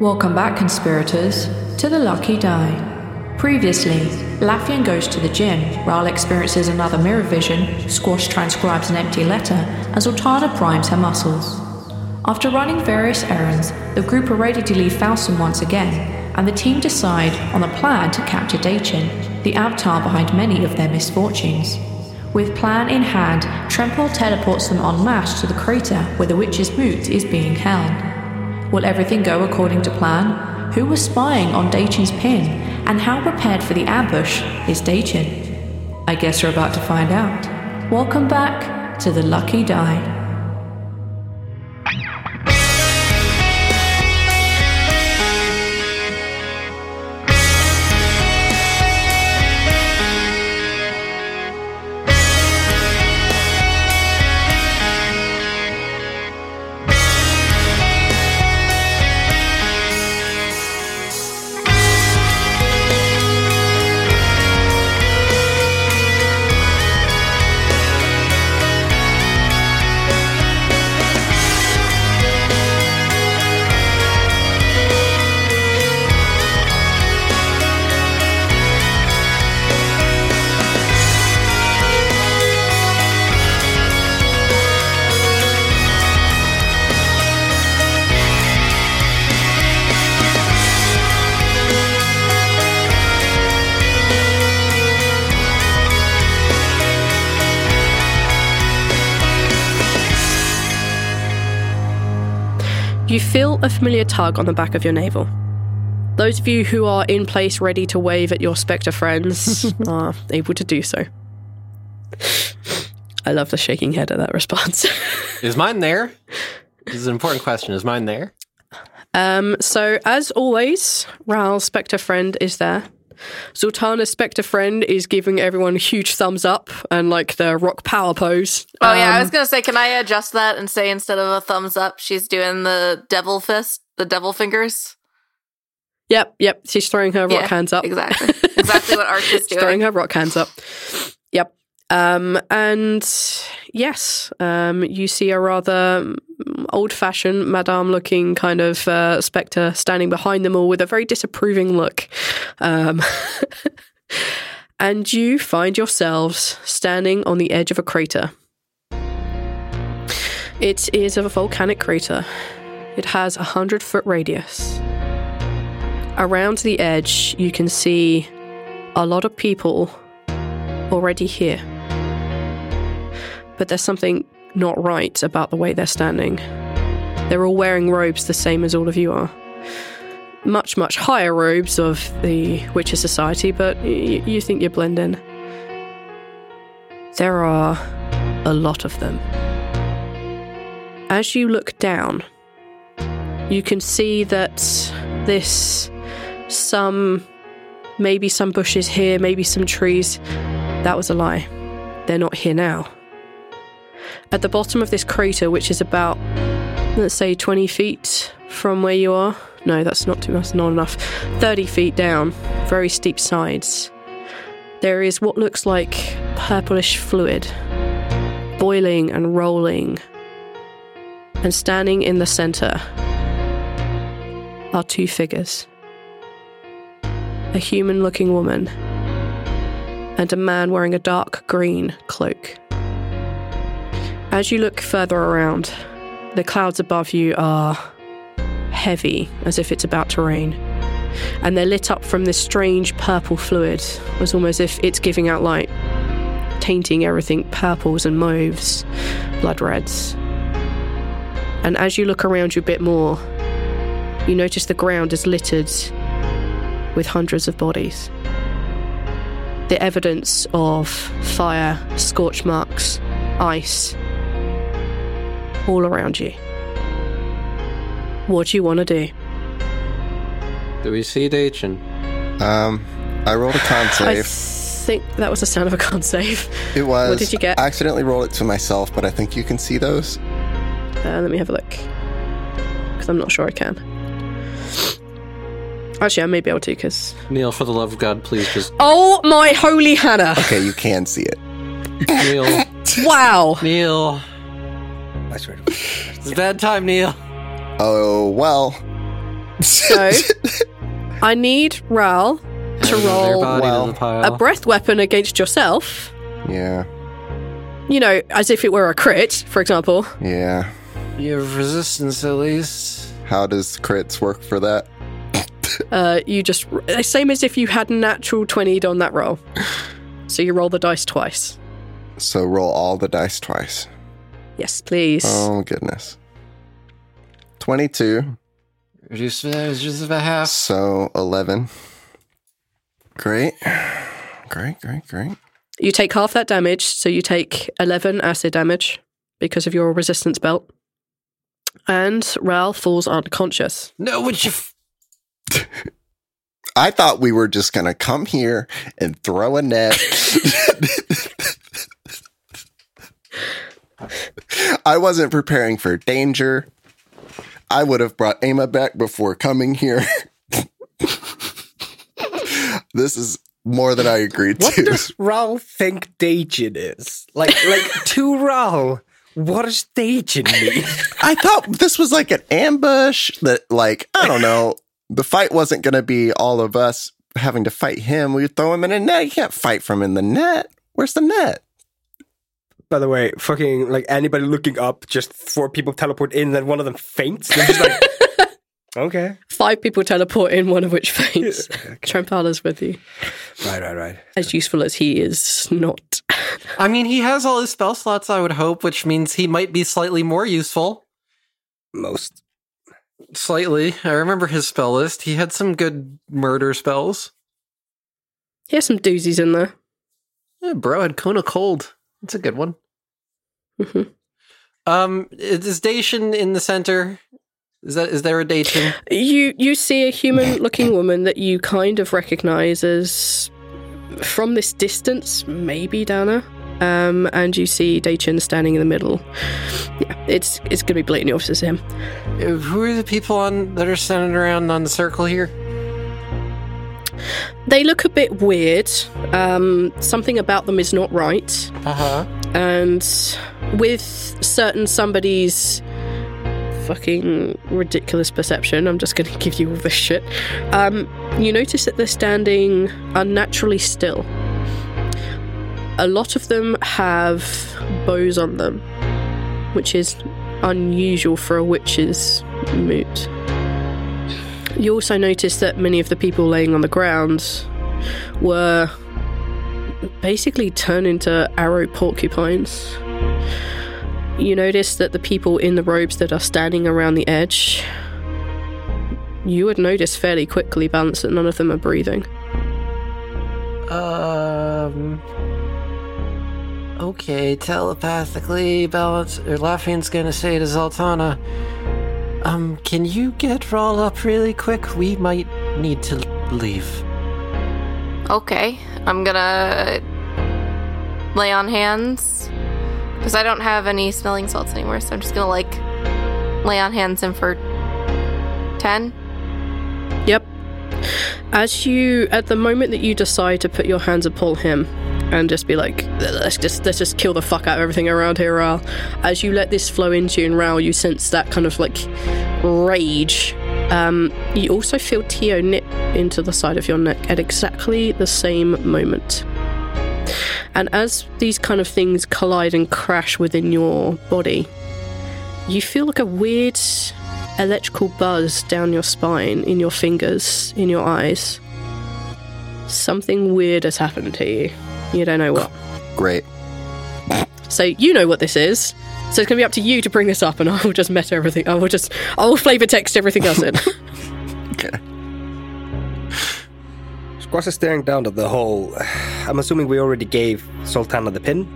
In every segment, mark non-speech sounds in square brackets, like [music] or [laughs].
Welcome back, conspirators, to the Lucky Die. Previously, Laffian goes to the gym, Ral experiences another mirror vision, Squash transcribes an empty letter, and Zoltada primes her muscles. After running various errands, the group are ready to leave Falsum once again, and the team decide on a plan to capture Dachin, the avatar behind many of their misfortunes. With plan in hand, Trempel teleports them en masse to the crater where the witch's moot is being held. Will everything go according to plan? Who was spying on Daichin's pin? And how prepared for the ambush is Daichin? I guess you're about to find out. Welcome back to the Lucky Die. You feel a familiar tug on the back of your navel. Those of you who are in place ready to wave at your [laughs] spectre friends are able to do so. I love the shaking head at that response. [laughs] Is mine there? This is an important question. Is mine there? um, so, as always, Raoul's spectre friend is there. Sultana's spectre friend is giving everyone huge thumbs up and like the rock power pose. Oh yeah, I Um, was gonna say, can I adjust that and say instead of a thumbs up, she's doing the devil fist, the devil fingers? Yep, yep. She's throwing her rock Yeah, hands up. Exactly, exactly what Arch is She's doing. throwing her rock hands up. Yep. Um, and yes, um, you see a rather old fashioned madame looking kind of uh, spectre standing behind them all with a very disapproving look. Um, [laughs] and you find yourselves standing on the edge of a crater. It is a volcanic crater, it has a 100 foot radius. Around the edge, you can see a lot of people already here. But there's something not right about the way they're standing. They're all wearing robes the same as all of you are. Much, much higher robes of the Witcher Society, but y- you think you blend in. There are a lot of them. As you look down, you can see that this some maybe some bushes here, maybe some trees. That was a lie. They're not here now. At the bottom of this crater, which is about, let's say, 20 feet from where you are, no, that's not too much, not enough, 30 feet down, very steep sides, there is what looks like purplish fluid boiling and rolling. And standing in the center are two figures a human looking woman, and a man wearing a dark green cloak. As you look further around, the clouds above you are heavy, as if it's about to rain. And they're lit up from this strange purple fluid, as almost if it's giving out light, tainting everything purples and mauves, blood reds. And as you look around you a bit more, you notice the ground is littered with hundreds of bodies. The evidence of fire, scorch marks, ice, all around you. What do you want to do? Do we see Dachin? Um, I rolled a con [laughs] I save. think that was the sound of a con save. It was. What did you get? I accidentally rolled it to myself, but I think you can see those. Uh, let me have a look. Because I'm not sure I can. Actually, I may be able to because. Neil, for the love of God, please just [laughs] Oh my holy Hannah! [laughs] Okay, you can see it. Neil. [laughs] Wow! Neil, I swear to God. it's bedtime, Neil. Oh well. [laughs] So, I need Ral to Their roll body well, to the pile. a breath weapon against yourself. yeah, You know, as if it were a crit, for example. yeah. you have resistance at least. How does crits work for that? Uh, you just same as if you had natural twenty on that roll. So you roll the dice twice. So roll all the dice twice. Yes, please. Oh goodness. Twenty-two. Reduce it's just about half. So eleven. Great. Great. Great. Great. You take half that damage, so you take 11 acid damage because of your resistance belt. And Ral falls unconscious. No, would you? F- I thought we were just gonna come here and throw a net. I wasn't preparing for danger. I would have brought Ama back before coming here. this is more than I agreed What to. [laughs] does Raul think Dajin is? Like, like [laughs] to Raul, what does Dajin mean? I thought this was like an ambush that like, I don't know, the fight wasn't gonna be all of us having to fight him. We throw him in a net. You can't fight from in the net. Where's the net? [laughs] By the way, fucking like anybody looking up, just four people teleport in, then one of them faints. They're just like, [laughs] okay, Five people teleport in, one [laughs] of which faints. Trampala's with you. right, right, right. As useful as he is, not. I mean, he has all his spell slots. I would hope, which means he might be slightly more useful. Most Slightly. I remember his spell list. He had some good murder spells. Here's some doozies in there. Yeah, bro had Kona Cold. That's a good one. Mhm. Um, is Dacian in the center? Is that is there a Dacian? You you see a human-looking woman that you kind of recognise as from this distance, maybe Dana. Um, and you see Dachin standing in the middle. Yeah, it's it's gonna be blatantly obvious to him. Uh, Who are the people on that are standing around on the circle here? They look a bit weird. Um, something about them is not right. Uh huh. And with certain somebody's fucking ridiculous perception, I'm just going to [laughs] give you all this shit. Um, you notice that they're standing unnaturally still. A lot of them have bows on them, which is unusual for a witch's moot. You also notice that many of the people laying on the ground were basically turn into arrow porcupines. You notice that the people in the robes that are standing around the edge, you would notice fairly quickly, Balance, that none of them are breathing. Um. Okay, telepathically, balance. Or Laffian's gonna say to Zoltana, "Um, can you get Rawl up really quick? We might need to leave." Okay, I'm gonna lay on hands because I don't have any smelling salts anymore, so I'm just gonna like lay on hands and for 10. Yep. As you, at the moment that you decide to put your hands upon him and just be like, let's just let's just kill the fuck out of everything around here, Ral. As you let this flow into you and Ral, you sense that kind of like rage. Um, you also feel Tio nip into the side of your neck at exactly the same moment. And as these kind of things collide and crash within your body, you feel like a weird electrical buzz down your spine, in your fingers, in your eyes. Something weird has happened to you. You don't know what. Great. So you know what this is. So it's gonna be up to you to bring this up, and [laughs] I will just meta everything. I will just, I will flavor text everything else in. Okay. Squash is staring down at the hole. [sighs] I'm assuming we already gave Sultana the pin,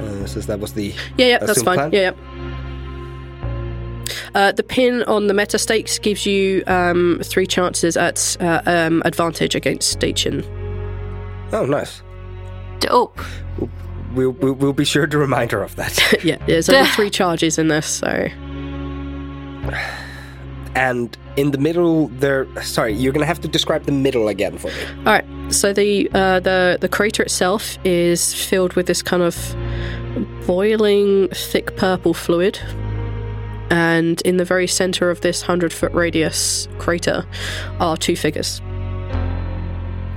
uh, since that was the Yeah, yeah, that's assumed fine. plan. Yeah, yeah. Uh, the pin on the meta stakes gives you um, three chances at uh, um, advantage against station. Oh, nice. Dope. We'll, we'll, we'll be sure to remind her of that. [laughs] yeah, there's only three charges in this, so and in the middle, there. Sorry, you're gonna have to describe the middle again for me. All right. So the uh, the the crater itself is filled with this kind of boiling, thick purple fluid, and in the very center of this hundred foot radius crater are two figures.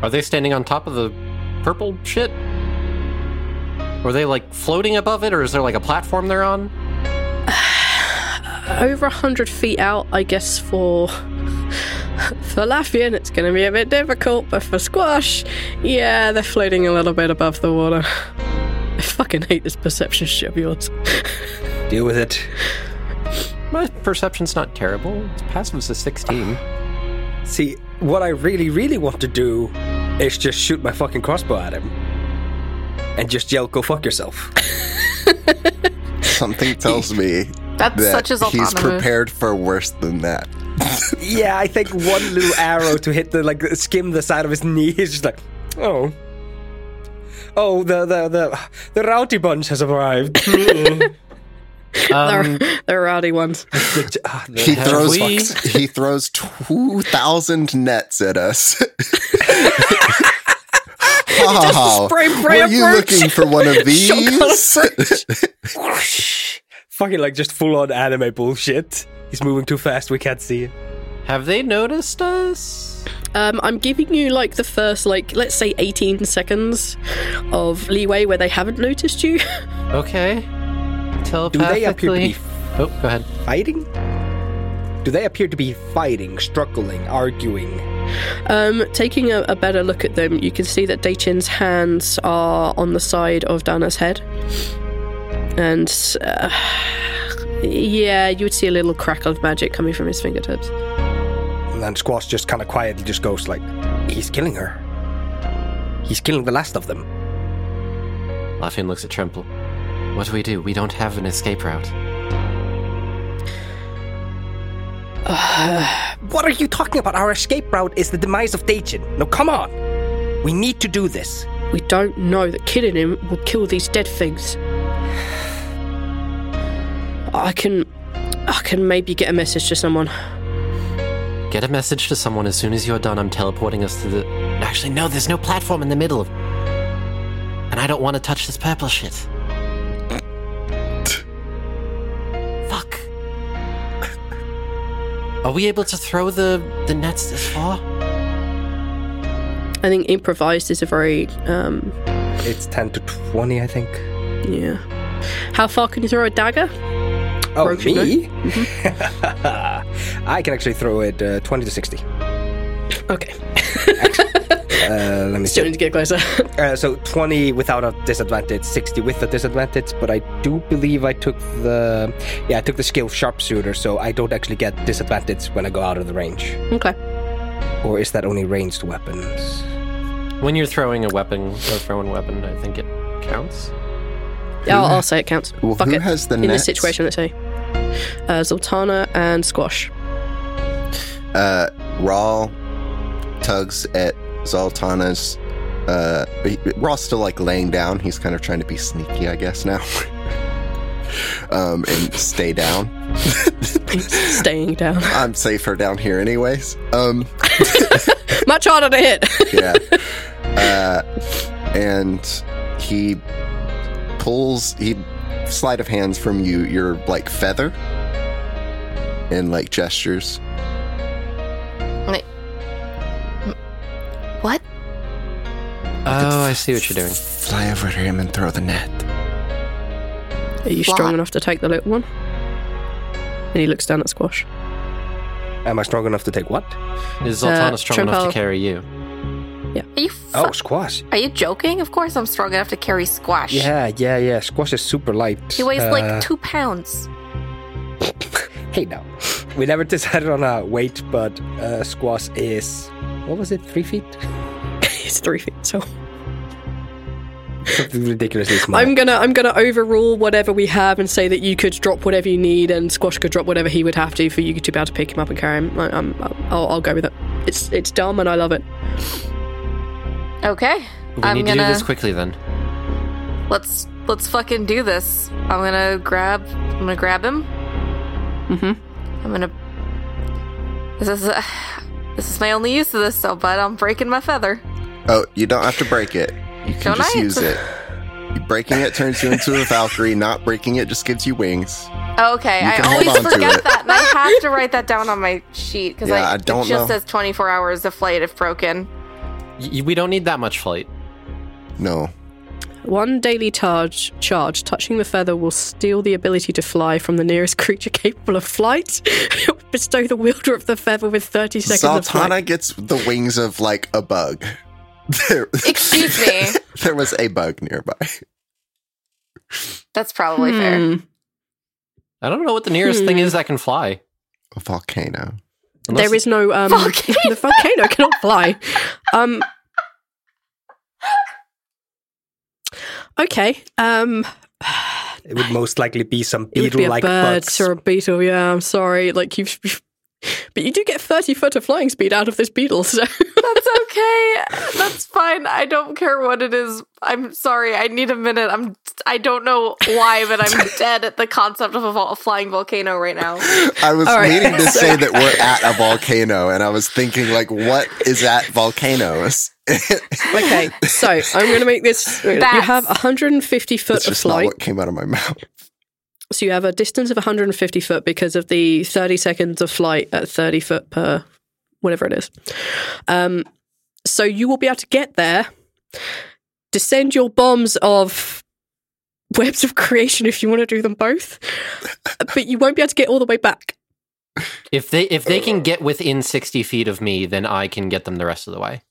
Are they standing on top of the purple shit? Were they like floating above it, or is there like a platform they're on? Over hundred feet out, I guess for [laughs] for Laffian, it's going to be a bit difficult, but for Squash, yeah, they're floating a little bit above the water. [laughs] I fucking hate this perception shit of yours. [laughs] Deal with it. My perception's not terrible. Its passive's a 16. See, what I really, really want to do is just shoot my fucking crossbow at him, and just yell, "Go fuck [laughs] yourself." [laughs] Something tells me That's that such as he's Zoltana move. prepared for worse than that. yeah, I think one little arrow to hit the like skim the side of his knee is just like, oh. Oh, the the the the rowdy bunch has arrived. [coughs] [laughs] Um, They're rowdy ones. Ah, the- He Have throws we- [laughs] he throws two thousand nets at [laughs] us. [laughs] oh, spray were brand you merch. looking for [laughs] one of these? Shotgun [laughs] fucking like just full on anime bullshit. He's moving too fast. We can't see. it. have they noticed us? Um, I'm giving you like the first, like, let's say 18 seconds of leeway where they haven't noticed you. [laughs] Okay. Do Telepathically. they appear to be Oh, go ahead. fighting? Do they appear to be fighting, struggling, arguing? Um, taking a, a better look at them, you can see that Daichin's hands are on the side of Dana's head. And uh, yeah, you would see a little crackle of magic coming from his fingertips. And then Squash just kind of quietly just goes like, "He's killing her. He's killing the last of them." Laughlin looks at Tremple. What do we do? We don't have an escape route. What are you talking about? Our escape route is the demise of Dajin. No, come on. We need to do this. We don't know that killing him will kill these dead things. [sighs] I can. I can maybe get a message to someone. Get a message to someone as soon as you're done. I'm teleporting us to the. Actually, no, there's no platform in the middle of. And I don't want to touch this purple shit. Fuck. Are we able to throw the the nets this far? I think improvised is a very um, It's 10 to 20, I think. Yeah. How far can you throw a dagger? Oh, Rogue should me? [laughs] I can actually throw it uh, 20 to 60. Okay. Uh, let me Still see. need to get closer. [laughs] Uh, so 20 without a disadvantage, 60 with a disadvantage, but I do believe I took the. Yeah, I took the skill sharpshooter, so I don't actually get disadvantage when I go out of the range. okay. Or is that only ranged weapons? When you're throwing a weapon, or throwing a weapon, I think it counts. Yeah, I'll, I'll say it counts. Well, Fuck who it. has the In this nets? situation, let's say. Uh, Zoltana and Squash. Uh, Rawl tugs at Zoltana's. Uh, he- Rawl's still like laying down. He's kind of trying to be sneaky, I guess now. [laughs] um, and stay down. [laughs] Staying down. I'm safer down here, anyways. Um, [laughs] Much harder to hit. [laughs] [laughs] yeah. Uh, and he pulls he sleight of hands from you your like feather and like gestures. What? Oh, I see what you're doing. Fly over to him and throw the net. Are you What? strong enough to take the little one? And he looks down at Squash. Am I strong enough to take what? Is Zoltana Uh, strong enough to Trimble. carry you? Are you Oh, fu- squash. Are you joking? Of course I'm strong enough to carry squash. Yeah, yeah, yeah. Squash is super light. He weighs Uh, like two pounds. [laughs] Hey, now. We never [laughs] decided on our weight, but uh, squash is. What was it? Three feet? [laughs] it's three feet tall. Something ridiculously small. I'm gonna I'm gonna overrule whatever we have and say that you could drop whatever you need and Squash could drop whatever he would have to for you to be able to pick him up and carry him. I, um, I'll, I'll go with it. It's it's dumb and I love it. Okay. We I'm need gonna to do this quickly then. let's let's fucking do this. I'm gonna grab I'm gonna grab him. Mhm. I'm gonna This is uh, this is my only use of this so but I'm breaking my feather. Oh, you don't have to break it. You can Don't just I? use it. You- Breaking it turns you [laughs] into a Valkyrie. Not breaking it just gives you wings. Okay, You I can hold always on to forget it. that, and I have to write that down on my sheet because Yeah, I, I don't it just know. says 24 hours of flight if broken. Y- we don't need that much flight. No. One daily charge charge touching the feather will steal the ability to fly from the nearest [laughs] creature capable of flight. [laughs] Bestow the wielder of the feather with 30 seconds of flight. Zoltana gets the wings of like a bug. [laughs] There, Excuse me, [laughs] there was a bug nearby. that's probably fair. Hmm. I don't know what the nearest thing is that can fly. A volcano. Unless there is no um Volcano. the volcano cannot fly. [laughs] Um Okay. Um It would most likely be some it would be a beetle-like bird bugs. or a beetle, yeah, I'm sorry. Like you've but you do get 30 foot of flying speed out of this beetle, [laughs] so That's okay. That's fine. I don't care what it is. I'm sorry. I need a minute. I'm. I don't know why, but I'm dead at the concept of a, vol- a flying volcano right now. I was right. meaning to say that we're at a volcano, and I was thinking, like, what is at [laughs] volcanoes? Okay, so I'm going to make this. You Bats. have 150 foot That's of just not flight, what came out of my mouth. so you have a distance of 150 foot because of the 30 seconds of flight at 30 foot per whatever it is. Um, so you will be able to get there, descend your bombs of [laughs] webs of creation if you want to do them both, but you won't be able to get all the way back. If they if they Uh, can get within 60 feet of me, then I can get them the rest of the way.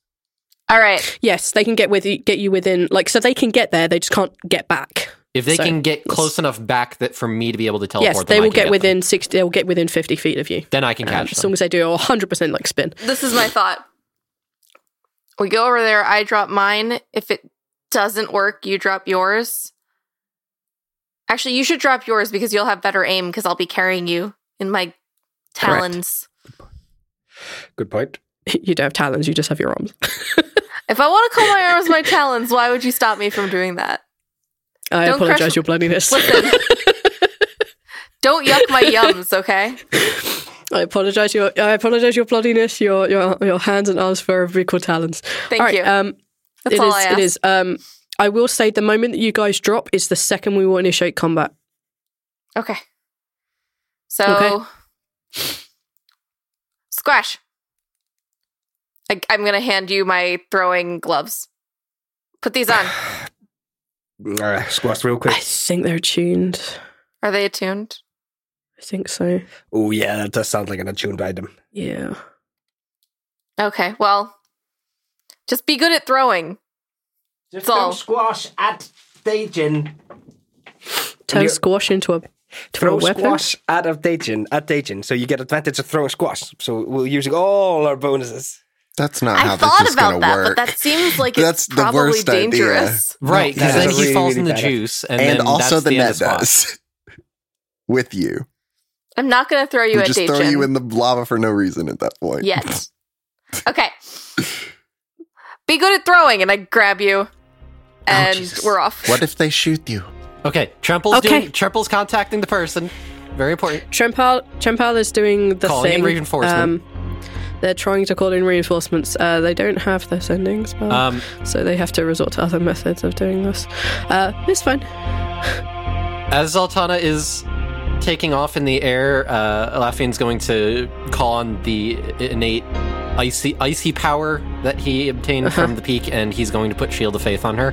All right. Yes, they can get with you, get you within like so they can get there, they just can't get back. If they So- can get close enough back that for me to be able to teleport, Yes, them, I they will can get them. within 60 they will get within 50 feet of you. Then I can Um, catch as them. long as they do a 100% like spin. [laughs] This is my thought. We go over there. I drop mine. If it doesn't work, you drop yours. Actually, you should drop yours because you'll have better aim because I'll be carrying you in my Correct. talons. Good point. You don't have talons, you just have your arms. [laughs] If I want to call my arms my talons, why would you stop me from doing that? I Don't crush- apologize, your bloodiness. [laughs] Listen. Don't yuck my yums, okay? [laughs] I apologize your I apologize your bloodiness, your your your hands and arms for equal talons. Thank you. Um That's it all is- I it is um I will say the moment that you guys drop is the second we will initiate combat. Okay. So, Okay. squash. I, I'm gonna hand you my throwing gloves. Put these [sighs] on. Uh, squash real I quick. think they're tuned. Are they attuned? I think so. Oh yeah, that does sound like an attuned item. Yeah. Okay. Well, just be good at throwing. Just It's all- squash at Dajin. Turn you- squash into a to a Throw weapon. squash out of Dajin, at Dajin. So you get advantage of throw a squash. So we're using all our bonuses. That's not how I this thought is going to about that, work. but that [laughs] seems like That's it's the probably worst idea. dangerous. Right, because That then is he really, falls really in the bad. juice, and, and then also that's the the end net of spot. does [laughs] with you. I'm not gonna throw you We at just throw Dejin. you in the lava for no reason at that point. Yet. Okay. Be good at throwing, and I grab you, and Jesus. we're off. What if they shoot you? Okay, Tremple's Okay. doing. Tremple's contacting the person. Very important. Champal Champal is doing the Calling in thing. um, reinforcement. they're trying to call in reinforcements. Uh, they don't have their sending spell, Um, so they have to resort to other methods of doing this. Uh, it's fine. As Zoltana is taking off in the air, uh, Laffian's going to call on the innate icy icy power that he obtained [laughs] from the peak, and he's going to put Shield of Faith on her.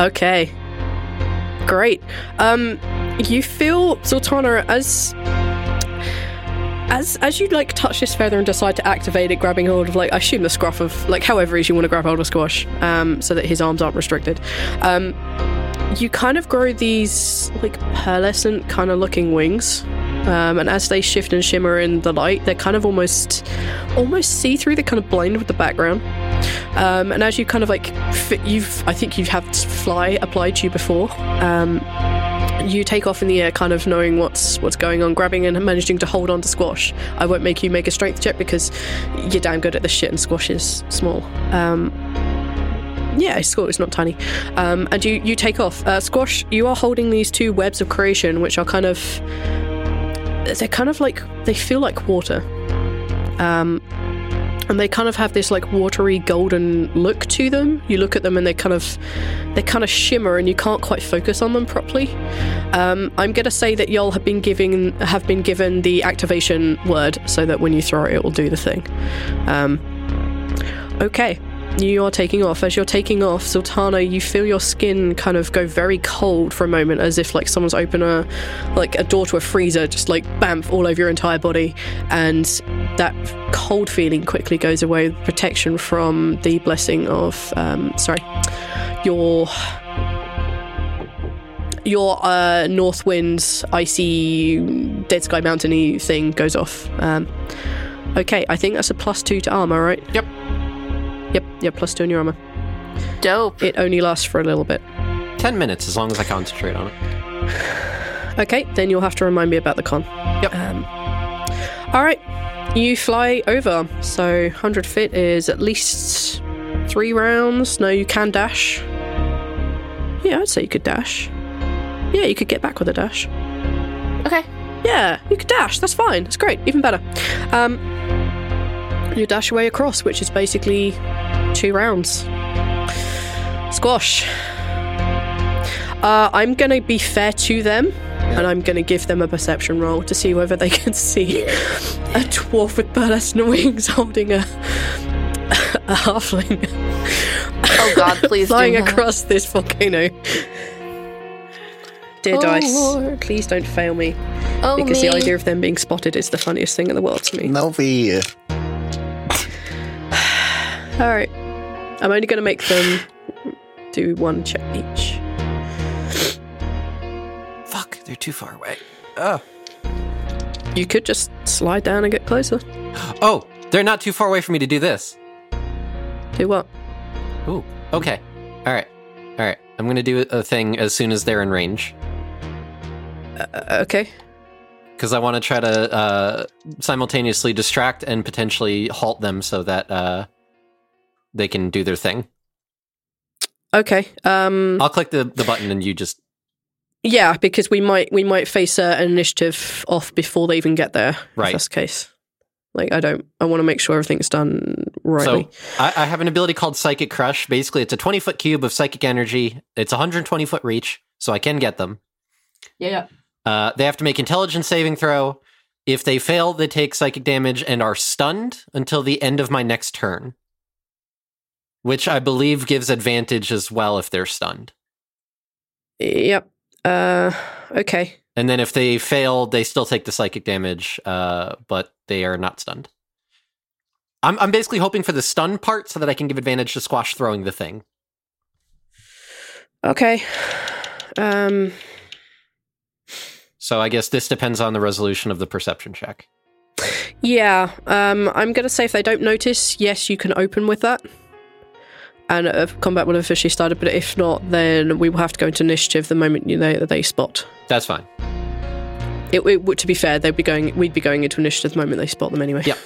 Okay. Great. Um, you feel Sultana as As as you like touch this feather and decide to activate it, grabbing hold of like I assume the scruff of like however it is you want to grab hold of squash, um, so that his arms aren't restricted. Um, you kind of grow these like pearlescent kind of looking wings. Um, and as they shift and shimmer in the light, they're kind of almost, almost see through. They kind of blend with the background. Um, and as you kind of like, fit, you've I think you've had fly applied to you before. Um, you take off in the air, kind of knowing what's what's going on, grabbing and managing to hold on to squash. I won't make you make a strength check because you're damn good at this shit, and squash is small. Um, yeah, it's cool. It's not tiny. Um, and you you take off. Uh, squash, you are holding these two webs of creation, which are kind of they're kind of like they feel like water. Um, and they kind of have this like watery golden look to them. You look at them and they kind of they kind of shimmer and you can't quite focus on them properly. Um, I'm gonna say that y'all have been giving have been given the activation word so that when you throw it, it will do the thing. Um, okay. You are taking off. As you're taking off, Sultana, you feel your skin kind of go very cold for a moment, as if like someone's opened a like a door to a freezer, just like bam, all over your entire body, and that cold feeling quickly goes away. with Protection from the blessing of um, sorry, your your uh, north wind's icy dead sky mountainy thing goes off. Um, okay, I think that's a plus two to armor, right? Yep. Yep, yep, plus two in your armor. Dope. It only lasts for a little bit. Ten minutes, as long as I concentrate on it. Okay, then you'll have to remind me about the con. Yep. Um, all right, you fly over. So 100 feet is at least three rounds. No, you can dash. Yeah, I'd say you could dash. Yeah, you could get back with a dash. Okay. Yeah, you could dash. That's fine. That's great. Even better. Um, you dash away across, which is basically two rounds. Squash. Uh, I'm going to be fair to them, and I'm going to give them a perception roll to see whether they [laughs] can see a dwarf with burlesque [laughs] wings holding a, [laughs] a halfling Oh God, please. do flying not. across this volcano. Dear Oh, dice, Lord. please don't fail me Oh, because me. the idea of them being spotted is the funniest thing in the world to me. Novi. All right, I'm only going to make them do one check each. Fuck, they're too far away. Oh, You could just slide down and get closer. oh, they're not too far away for me to do this. Do what? Ooh, okay. All right, all right. I'm gonna do a thing as soon as they're in range Uh, okay. because I want to try to uh, simultaneously distract and potentially halt them so that uh, they can do their thing. Okay. Um. I'll click the, the button and you just Yeah, because we might we might face uh, an initiative off before they even get there. If Right. that's the case. Like I don't. I want to make sure everything's done rightly. So I, I have an ability called Psychic Crush. Basically, it's a 20 foot cube of psychic energy. It's 120 foot reach, so I can get them. yeah. Uh, they have to make intelligence saving throw. If they fail, they take psychic damage and are stunned until the end of my next turn, which I believe gives advantage as well if they're stunned. Yep. Uh. Okay. And then if they fail, they still take the psychic damage, uh, but they are not stunned. I'm, I'm basically hoping for the stun part so that I can give advantage to squash throwing the thing. Okay. [sighs] Um. So I guess this depends on the resolution of the perception check. Yeah, um, I'm going to say if they don't notice, yes, you can open with that. And uh, combat will have officially started, but if not, then we will have to go into initiative the moment you know that they spot. That's fine. It, it would- to be fair, they'd be going. We'd be going into initiative the moment they spot them anyway. Yep.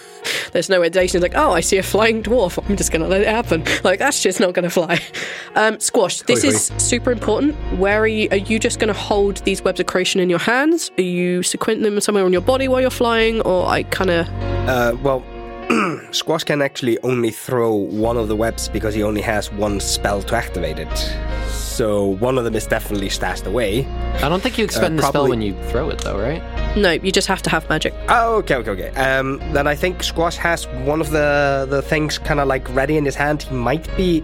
There's no way Jason's like, oh, I see a flying dwarf. I'm just going to let it happen. [laughs] Like that's just not going to fly. Um, squash. This Hoi, hoi. is super important. Where are you? Are you just going to hold these webs of creation in your hands? Are you sequent them somewhere on your body while you're flying, or I kind of Uh, well, [clears throat] Squash can actually only throw one of the webs because he only has one spell to activate it. So one of them is definitely stashed away. I don't think you expend the spell probably- when you throw it, though, right? no? You just have to have magic. Oh, okay, okay, okay. Um, then I think Squash has one of the the things kind of like ready in his hand. He might be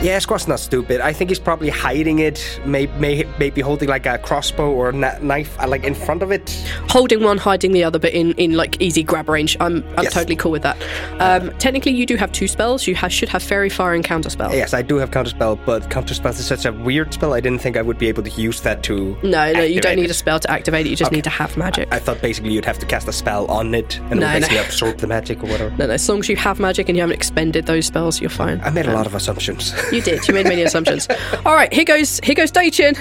Yeah, Squaw's not stupid. I think he's probably hiding it, may, may, maybe holding like a crossbow or na- knife uh, like in front of it. holding one, hiding the other, but in, in like easy grab range. I'm I'm Yes. totally cool with that. Um, technically, you do have two spells. You ha- should have fairy fire and counter spell. Yes, I do have counterspell, but counterspell is such a weird spell. I didn't think I would be able to use that to. No, no, you activate don't need it. a spell to activate it. You just need to have magic. I thought basically you'd have to cast a spell on it and it No, would no. basically absorb the magic or whatever. no, no, as long as you have magic and you haven't expended those spells, you're fine. I made a lot of assumptions. [laughs] You did. You made many assumptions. All right, here goes. Here goes Daichin.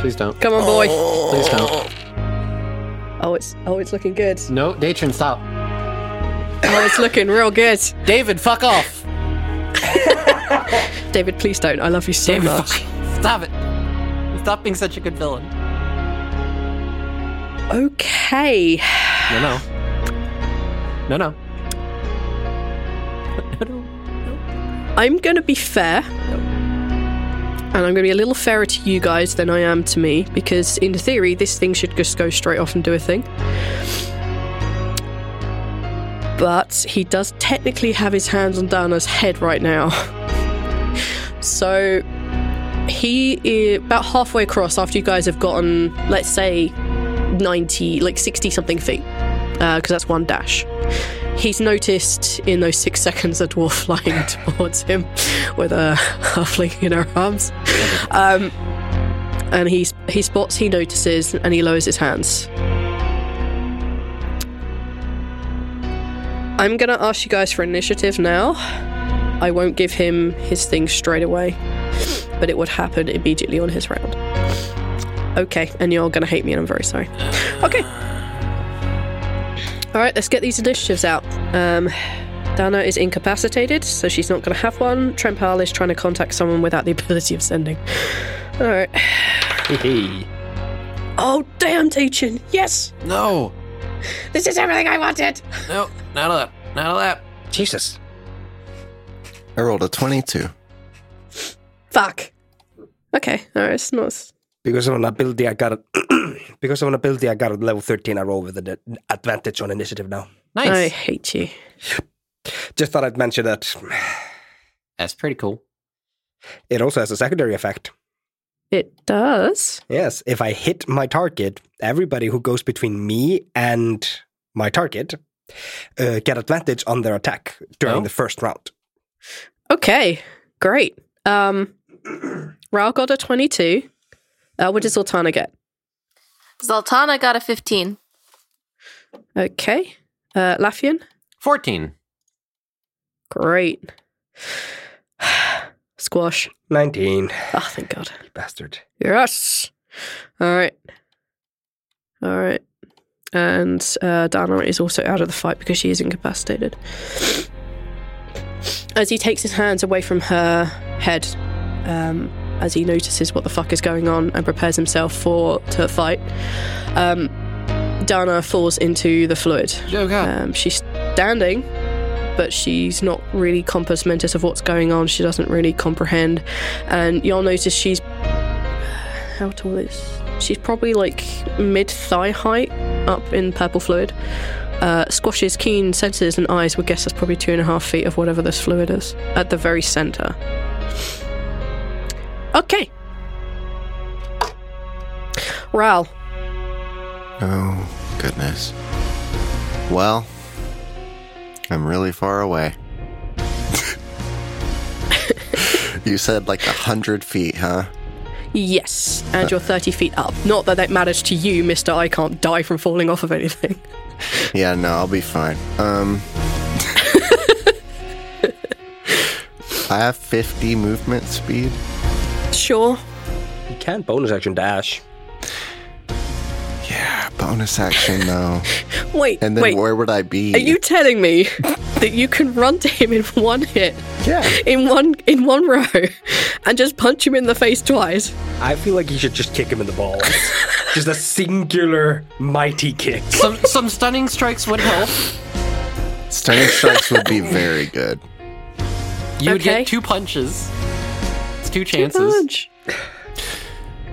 Please don't. Come on, boy. Please don't. Oh, it's oh, it's looking good. No, Datron, stop. Oh, it's looking real good. David, fuck off. David, please don't. I love you so David, much. fuck- stop it. Stop being such a good villain. Okay. No, no. No, no. I'm going to be fair. And I'm going to be a little fairer to you guys than I am to me because, in theory, this thing should just go straight off and do a thing. But he does technically have his hands on Dana's head right now. [laughs] so he, i- about halfway across, after you guys have gotten, let's say, 90, like 60 something feet, because that's one dash. He's noticed in those six seconds a dwarf [laughs] flying towards him with a halfling in her arms. Um, and he's, he spots, he notices, and he lowers his hands. I'm going to ask you guys for initiative now. I won't give him his thing straight away, but it would happen immediately on his round. Okay, and you're going to hate me, and I'm very sorry. Okay. All right, let's get these initiatives out. Um, Dana is incapacitated, so she's not going to have one. Trempal is trying to contact someone without the [laughs] ability of sending. All right. Hey. Oh, damn, Teachin. Yes, No. this is everything I wanted. No. Not a lap. Not a lap. Jesus. I rolled a 22. Fuck. Okay, all right, it's not. s- Because of an ability I got, at- [clears throat] because of an ability I got at level thirteen, I roll with an advantage on initiative now. Nice. I hate you. Just thought I'd mention that That's pretty cool. it also has a secondary effect. It does. Yes, if I hit my target, everybody who goes between me and my target uh, get advantage on their attack during Oh. the first round. Okay, great. Um, [clears throat] Raul got a 22. Uh, what does Zoltana get? Zoltana got a 15. Okay. Uh, Lafian? 14. Great. [sighs] Squash. Nineteen, Oh, thank God. you bastard. Yes. All right. All right. And uh, Dana is also out of the fight because she is incapacitated. As he takes his hands away from her head, um, as he notices what the fuck is going on and prepares himself for to fight, um, Dana falls into the fluid. Oh, God. Um, she's standing, but she's not really compass mentis of what's going on. She doesn't really comprehend. And you'll notice she's. How tall is. She's probably like mid thigh height up in purple fluid. Uh, Squash's keen senses and eyes would guess that's probably two and a half feet of whatever this fluid is at the very center. Okay. Ral, Oh, goodness. Well, I'm really far away. you said like a hundred feet, huh? Yes, and you're 30 feet up. Not that that matters to you, Mr. I can't die from falling off of anything. [laughs] Yeah, no, I'll be fine. Um, I have 50 movement speed. Sure. You can bonus action dash. Yeah, bonus action though. Wait, And then wait. where would I be? Are you telling me [laughs] that you can run to him in one hit, yeah. in one in one row, [laughs] and just punch him in the face twice? [laughs] I feel like you should just kick him in the balls. just a singular mighty kick. Some some stunning strikes would help. Stunning strikes would be very good. You would Okay. get two punches. It's two chances. Punch.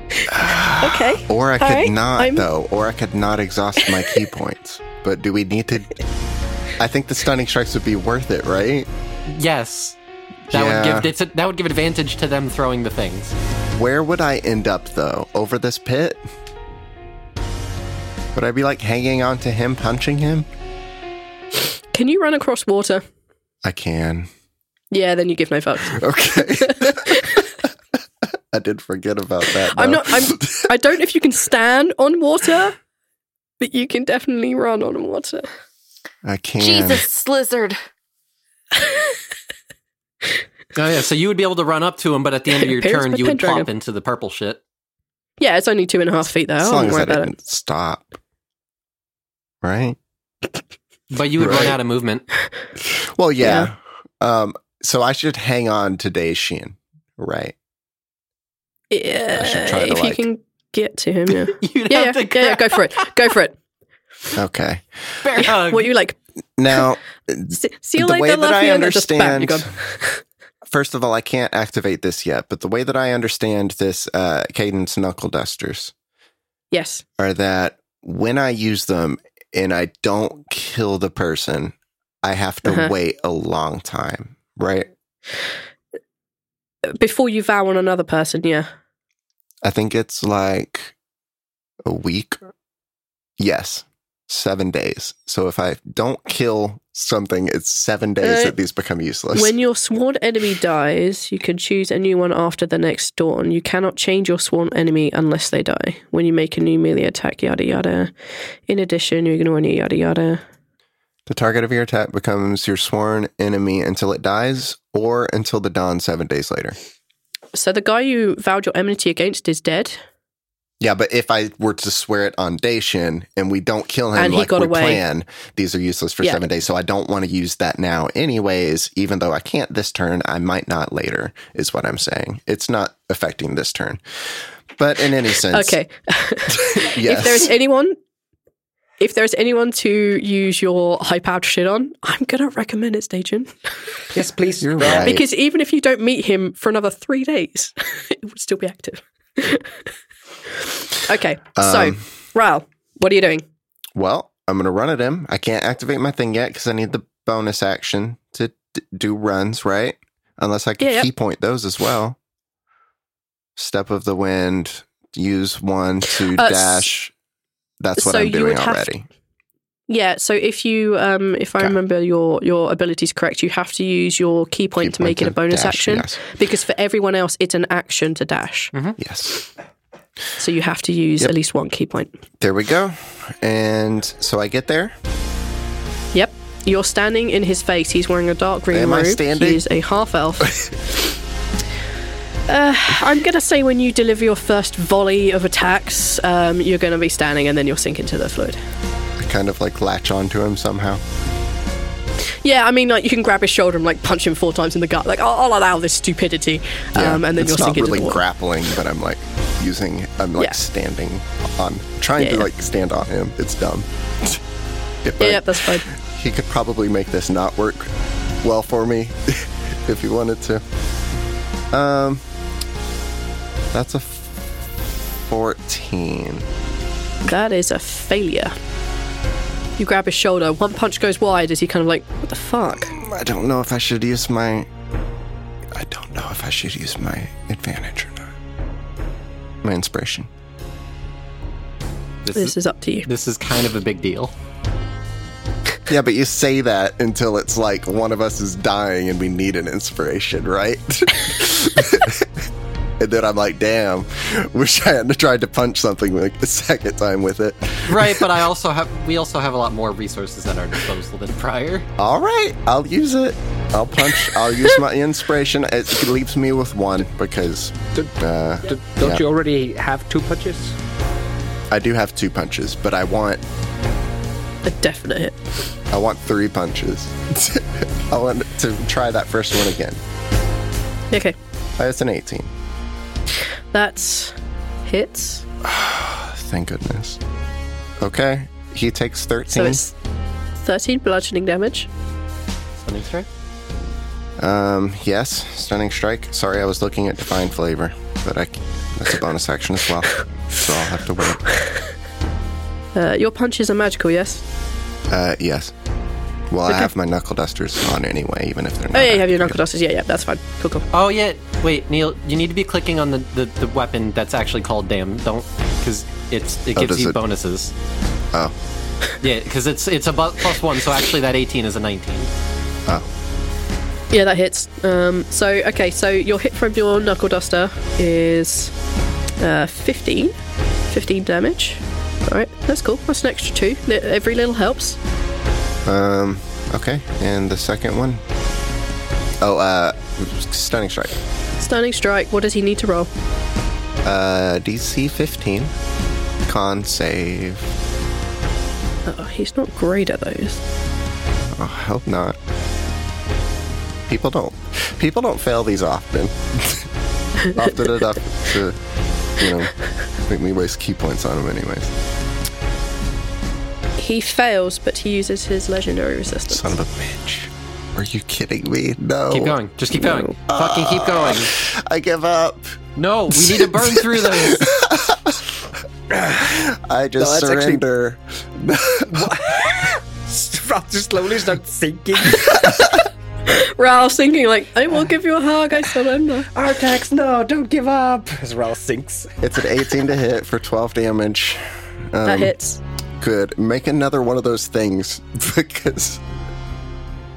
[sighs] okay. Or I could Alright, not I'm- though. Or I could not exhaust my [laughs] key points. But do we need to? I think the stunning strikes would be worth it, right? Yes. That Yeah. would give dis- that would give advantage to them throwing the things. Where would I end up though? Over this pit? Would I be like hanging on to him, punching him? Can you run across water? I [laughs] can. Yeah, then you give no fucks. Okay. [laughs] I did forget about that. I'm though. not. [laughs] I'm. I don't know if you can stand on water, but you can definitely run on water. I can. Jesus, lizard. Oh yeah, so you would be able to run up to him, but at the end of [laughs] your Here's turn, my you would Pendragon. plop into the purple shit. Yeah, it's only two and a half feet though. As I long wouldn't as worry I Oh, about didn't it. stop. Right? But you would Right. run out of movement. [laughs] Well, yeah. Um, so I should hang on to Dacian. Right. Yeah, I should try to, if like- you can get to [laughs] him. Yeah, You'd yeah, have yeah, to yeah, yeah. Go for it. Go for it. Okay. Bear hug. What you like? Now, [laughs] See, see you the later, way that love I you, and then just bam, understand, you're gone. [laughs] first of all, I can't activate this yet, but the way that I understand this uh, cadence knuckle dusters Yes. are that when I use them and I don't kill the person, I have to Uh-huh. wait a long time, right? Before you vow on another person, yeah. I think it's like a week. Yes, seven days. So if I don't kill something, it's seven days Uh, that these become useless. When your sworn enemy dies, you can choose a new one after the next dawn. You cannot change your sworn enemy unless they die. When you make a new melee attack, yada yada. In addition, you ignore any yada yada. the target of your attack becomes your sworn enemy until it dies or until the dawn seven days later. So the guy you vowed your enmity against is dead, Yeah, but if I were to swear it on Dacian and we don't kill him And he like got we away. plan, these are useless for Yeah. seven days. So I don't want to use that now, anyways. Even though I can't this turn, I might not later. Is what I'm saying. It's not affecting this turn, but in any sense, Okay. Yes. If there's anyone, if there's anyone to use your high powered shit on, I'm gonna recommend it's Dajan Yes, please. You're right. because even if you don't meet him for another three days, [laughs] it would still be active. [laughs] okay. so, Um, Ral, what are you doing? well, I'm gonna run at him. I can't activate my thing yet because I need the bonus action to d- do runs, right? Unless I can Yeah, yep. key point those as well. Step of the wind, use one to Uh, s- dash. That's what so I'm you doing would have already. Yeah, so if you, um, if I Okay. remember your your abilities correct, you have to use your key point to make it a bonus Dash, action Yes. because for everyone else it's an action to dash. yes. So you have to use Yep. at least one key point. There we go. And so I get there. Yep. You're standing in his face. He's wearing a dark green Am I robe. standing? He is a [laughs] half elf. Uh, I'm gonna say when you deliver your first volley of attacks, um, you're gonna be standing, and then you'll sink into the fluid. I kind of like latch onto him somehow. Yeah, I mean, like you can grab his shoulder and like punch him four times in the gut. Like I'll, I'll allow this stupidity, Yeah. um, and then it's you'll not sink really into the water. grappling, but I'm like using, I'm like Yeah. standing on, trying Yeah. to like stand on him. It's dumb. If I- yeah, that's fine. he could probably make this not work well for me [laughs] if he wanted to. Um, that's a 14. That is a failure. You grab his shoulder. One punch goes wide as he kind of like, what the fuck? I don't know if I should use my. I don't know if I should use my advantage or not. My inspiration. This, This is is up to you. this is kind of a big deal. Yeah, but you say that until it's like one of us is dying and we need an inspiration, right? [laughs] and then I'm like, damn, wish I hadn't tried to punch something like the second time with it. [laughs] right, but I also have we also have a lot more resources at our disposal than prior. All right, I'll use it. I'll punch. I'll use my inspiration. It leaves me with one because uh, D- don't Yeah. you already have two punches? I do have two punches, but I want A definite hit. I want three punches. [laughs] I want to try that first one again. Okay, That's an 18. that's hits. Thank goodness. Okay, he takes 13. So it's 13 bludgeoning damage. Stunning strike. Um, yes, stunning strike. Sorry, I was looking at divine flavor, but I c- that's a bonus action as well, so I'll have to wait. Uh, your punches are magical, yes? Uh, yes. Well, I Okay. have my knuckle dusters on anyway, even if they're not. Oh yeah, you have your knuckle dusters. Yeah, yeah, that's fine. Cool, cool. Oh yeah, wait, Neil, you need to be clicking on the, the, the weapon that's actually called damn. Don't because it's it Oh, gives does you it- bonuses. Oh, Yeah, because it's it's a bu- plus one, so actually that eighteen is a nineteen. oh. Yeah, that hits. Um, so okay, so your hit from your knuckle duster is uh, 15. 15 damage. All right, that's cool. That's an extra two. Th- Every little helps. Um, okay. And the second one? Oh, uh, stunning strike. Stunning strike. What does he need to roll? Uh, DC 15. Con save. Oh, he's not great at those. Oh, I hope not. People don't. People don't fail these often. [laughs] often enough to, you know, make me waste key points on them, anyways. He fails, but he uses his legendary resistance. Son of a bitch. Are you kidding me? No. Keep going, just keep going, fucking keep going. I give up. No, we need to burn [laughs] through those. I No, just that's actually- surrender. [laughs] Ralph just slowly starts sinking. Ralph's thinking like, I will give you a hug. I surrender. [laughs] Artax, no, don't give up. As Ralph sinks. It's an 18 to hit for 12 damage. That [laughs] Um, hits. Good. Make another one of those things [laughs] because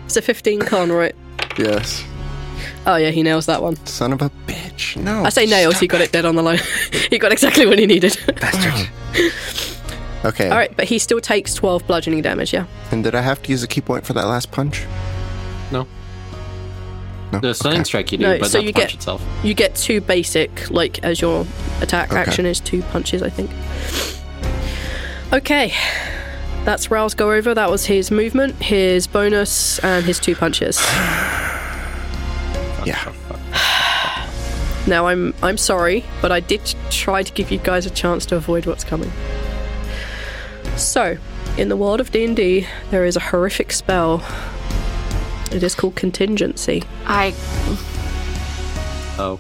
It's a 15 con, right? yes, Oh yeah, he nails that one. son of a bitch. No. I say nails. He got it dead on the line. [laughs] he got exactly what he needed. Okay. All right, but he still takes 12 bludgeoning damage. Yeah. And did I have to use a key point for that last punch? No, No. the stunning Okay. strike you do, No, but so not you the punch get- itself. You get two basic, like, as your attack Okay. action is two punches, I think. Okay. That's Raoul's go over. That was his movement, his bonus, and his two punches. Yeah. Now I'm I'm sorry, but I did try to give you guys a chance to avoid what's coming. So, in the world of D&D, there is a horrific spell. It is called contingency. I Oh,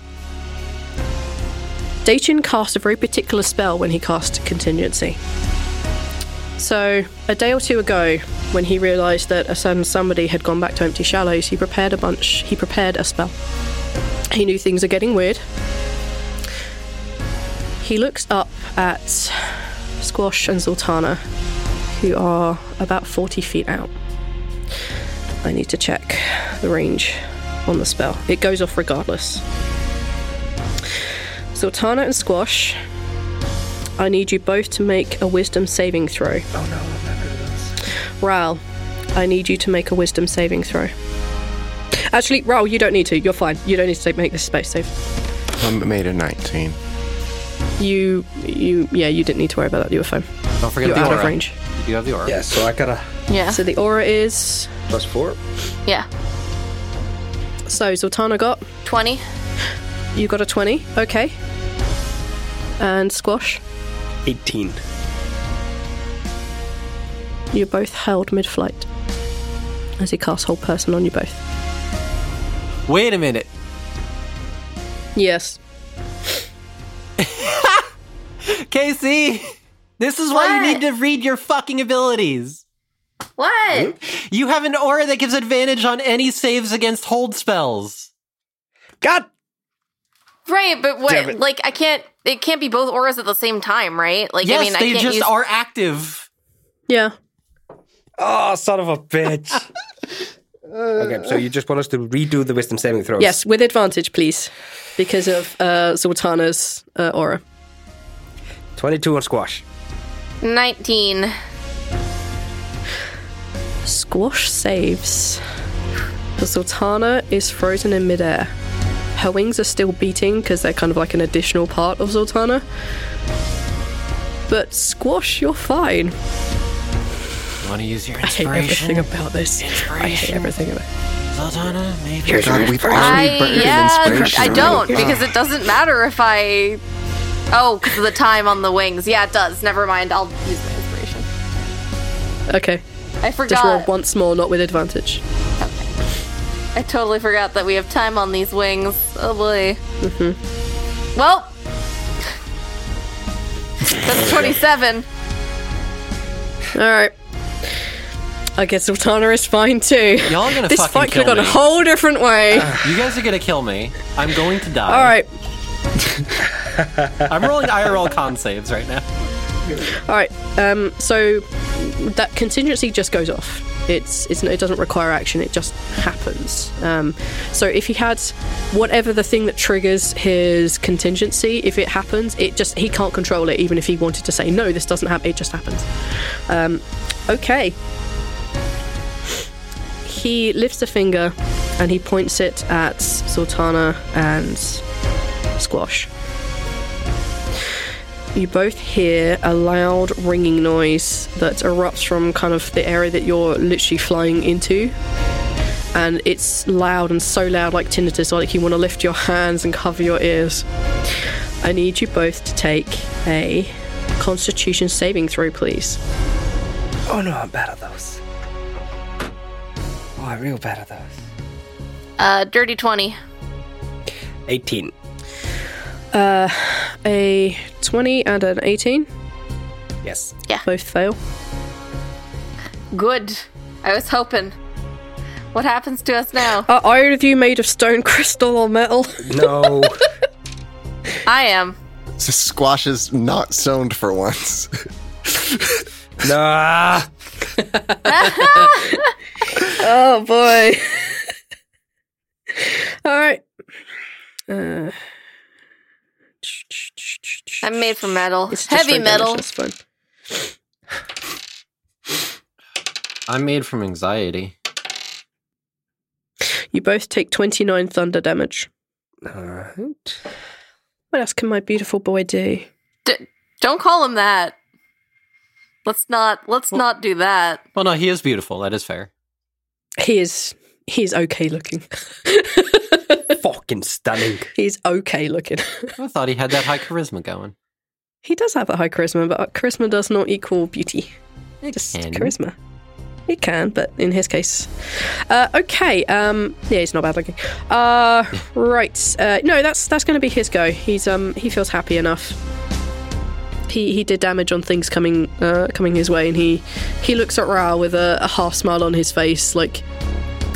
Dachin cast a very particular spell when he cast Contingency. So, a day or two ago, when he realised that a certain somebody had gone back to Empty Shallows, he prepared a bunch. He prepared a spell. He knew things are getting weird. He looks up at Squash and Zoltana, who are about 40 feet out. I need to check the range on the spell. It goes off regardless. Sultana and Squash, I need you both to make a wisdom saving throw. Oh no, Ral, I need you to make a wisdom saving throw. Actually, Ral, you don't need to. You're fine. You don't need to make this space save. Um, made a 19. You, you, yeah, you didn't need to worry about that. You were fine. don't forget You're the out aura. of range. You do have the aura. Yeah, so I gotta yeah So the aura is. plus four. yeah So Sultana got. twenty. You got a 20. Okay. And Squash, 18. you both held mid flight as he casts Whole Person on you both. Wait a minute. Yes. KC, this is why you need to read your fucking abilities. What? You have an aura that gives advantage on any saves against hold spells. God! Right, but what? Damn it. Like I can't. It can't be both auras at the same time, right? Like yes, I mean, I they can't just use. are active. Yeah. Oh, son of a [laughs] bitch. okay, so you just want us to redo the wisdom saving throws? Yes, with advantage, please, because of uh, Zoltana's uh, aura. 22 on squash. Nineteen. Squash saves. The Zoltana is frozen in midair. Her wings are still beating because they're kind of like an additional part of Zoltana. But Squash, you're fine. Want to use your I hate everything about this. I hate everything about Zoltana? Maybe. God, we've I already burned an yeah. inspiration. I don't because it doesn't matter if I. Oh, because of the time on the wings. Yeah, it does. Never mind. I'll use my inspiration. Okay, I just roll forgot. once more, not with advantage. I totally forgot that we have time on these wings. Oh boy. Mm-hmm. Well, that's twenty-seven. All right. I guess Sultana is fine too. Y'all are gonna this fucking fight could kill have gone a me. Uh. whole different way. You guys are gonna kill me. I'm going to die. All right, I'm rolling IRL con saves right now. all right. Um, so that contingency just goes off. It's, it's it doesn't require action. It just happens. Um, so if he had whatever the thing that triggers his contingency, if it happens, it just he can't control it. Even if he wanted to say no, this doesn't happen. It just happens. Um, okay. He lifts a finger and he points it at Sultana and Squash. You both hear a loud ringing noise that erupts from kind of the area that you're literally flying into. And it's loud and so loud, like tinnitus, like you want to lift your hands and cover your ears. I need you both to take a Constitution saving throw, please. Oh no, I'm bad at those. Oh, I'm real bad at those. Uh, dirty 20. 18. A 20 and an 18 Yes. both fail. Good. I was hoping. What happens to us now? Are either of you made of stone, crystal, or metal? [laughs] [laughs] No. I am. So squash is not stoned for once. [laughs] nah. Oh boy. [laughs] All right. Uh, I'm made from metal. it's just Heavy straight metal. damage, that's fine. I'm made from anxiety. You both take 29 thunder damage. Alright. What else can my beautiful boy do? D- don't call him that. Let's not. Let's not do that. Well, no, he is beautiful. That is fair. He is he is okay looking. [laughs] Fucking stunning. He's okay looking. [laughs] I thought he had that high charisma going. he does have a high charisma, but charisma does not equal beauty. Just can. charisma. He can, but in his case, uh, okay. Um, yeah, he's not bad looking. Uh, right. Uh, no, that's that's going to be his go. He's um he feels happy enough. He he did damage on things coming uh, coming his way, and he he looks at Ra with a, a half smile on his face, like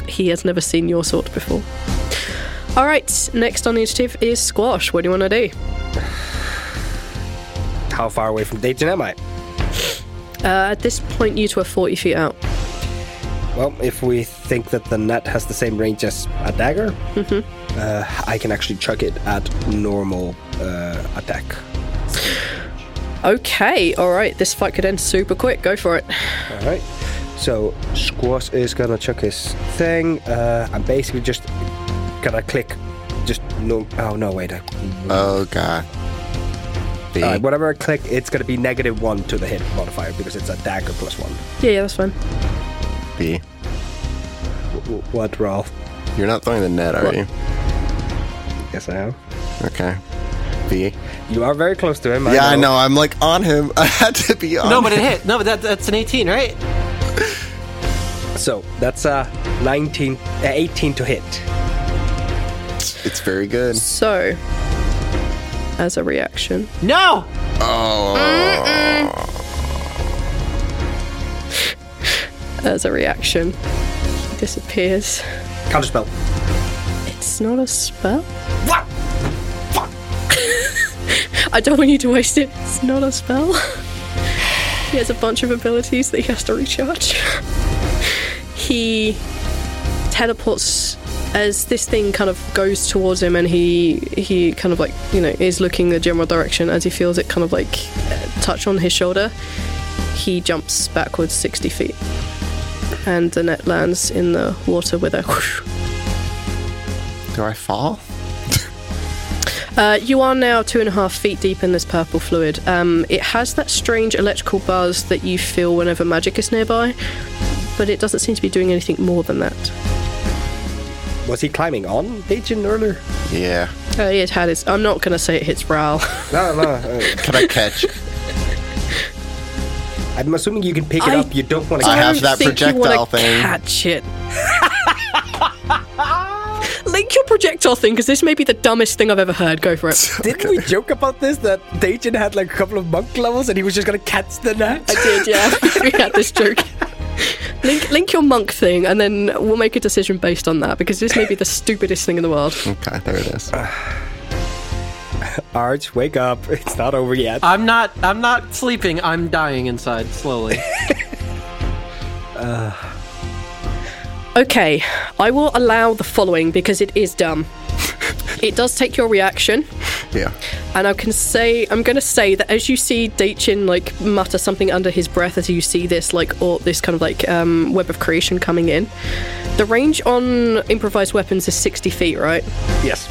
he has never seen your sort before. All right. Next on the initiative is Squash. What do you want to do? How far away from Dayton am I? Uh, at this point, you two are forty feet out. Well, if we think that the net has the same range as a dagger, uh, I can actually chuck it at normal uh, attack. Okay. All right. This fight could end super quick. Go for it. All right. So Squash is gonna chuck his thing. Uh, I'm basically just gonna click. Just no. Oh no! Wait. I, oh god. B. all right, whatever I click, it's gonna be negative one to the hit modifier because it's a dagger plus one. Yeah, yeah, that's fine. B. W- w- what, Ralph? You're not throwing the net, are What? you? Yes, I am. Okay. B. You are very close to him. yeah, I know. I'm like on him. [laughs] I had to be on. No, Um, but him. [laughs] it hit. No, but that, that's an 18, right? So that's a 19, uh, 18 to hit. it's very good. So, as a reaction, No! as a reaction, he disappears. Counterspell. It's not a spell. What? [laughs] I don't want you to waste it. It's not a spell. [sighs] he has a bunch of abilities that he has to recharge. [laughs] he teleports as this thing kind of goes towards him and he he kind of like you know is looking the general direction as he feels it kind of like uh, touch on his shoulder he jumps backwards 60 feet and the net lands in the water with a whoosh. Do I fall? Uh, you are now two and a half feet deep in this purple fluid. Um, it has that strange electrical buzz that you feel whenever magic is nearby, but it doesn't seem to be doing anything more than that. Was he climbing on Dejin earlier? Yeah. Uh, it had its. I'm not going to say it hits Ral. No, no. uh, Can I catch? [laughs] I'm assuming you can pick it I- up. You don't want to. I have [laughs] that don't think you wanna projectile thing. Catch it. [laughs] Link your projectile thing because this may be the dumbest thing I've ever heard. Go [laughs] for it. Didn't we joke about this that [laughs] Dejin had like a couple of monk levels and he was just gonna catch the net? I did, yeah. we had this joke. Link, link your monk thing, and then we'll make a decision based on that because this may be the stupidest thing in the world. [laughs] Okay, there it is. Arch, wake up. It's not over yet. I'm not. I'm not sleeping. I'm dying inside [laughs] slowly. Okay, I will allow the following because it is dumb. [laughs] it does take your reaction, [sighs] Yeah. and I can say I'm going to say that as you see Daichin like mutter something under his breath as you see this like or this kind of like um, web of creation coming in. The range on improvised weapons is 60 feet, right? Yes.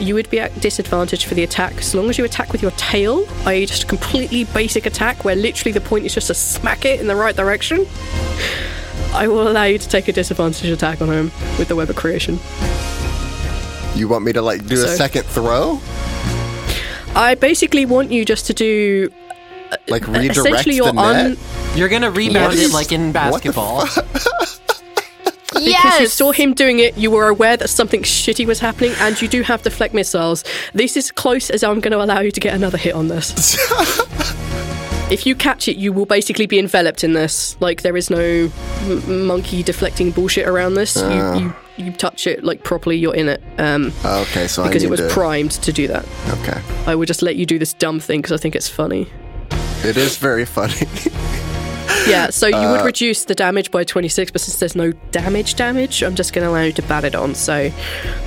You would be at disadvantage for the attack as long as you attack with your tail, i.e., just a completely basic attack where literally the point is just to smack it in the right direction. I will allow you to take a disadvantage attack on him with the web of creation. You want me to like do a So- second throw? I basically want you just to do Like redirect e-, essentially the your un. net? You're gonna rebound Yes. it like in basketball. Because you yes. saw him doing it, you were aware that something shitty was happening, and you do have deflect missiles. This is close as I'm going to allow you to get another hit [laughs] on this. if you catch it, you will basically be enveloped in this. Like there is no m- monkey deflecting bullshit around this. Ah. You, you you touch it like properly, you're in it. Um, Okay, so Oh, because I it need was to. primed to do that. okay, I will just let you do this dumb thing because I think it's funny. it is very funny. [laughs] Yeah, so you Uh, would reduce the damage by 26, but since there's no damage damage, I'm just going to allow you to bat it on. So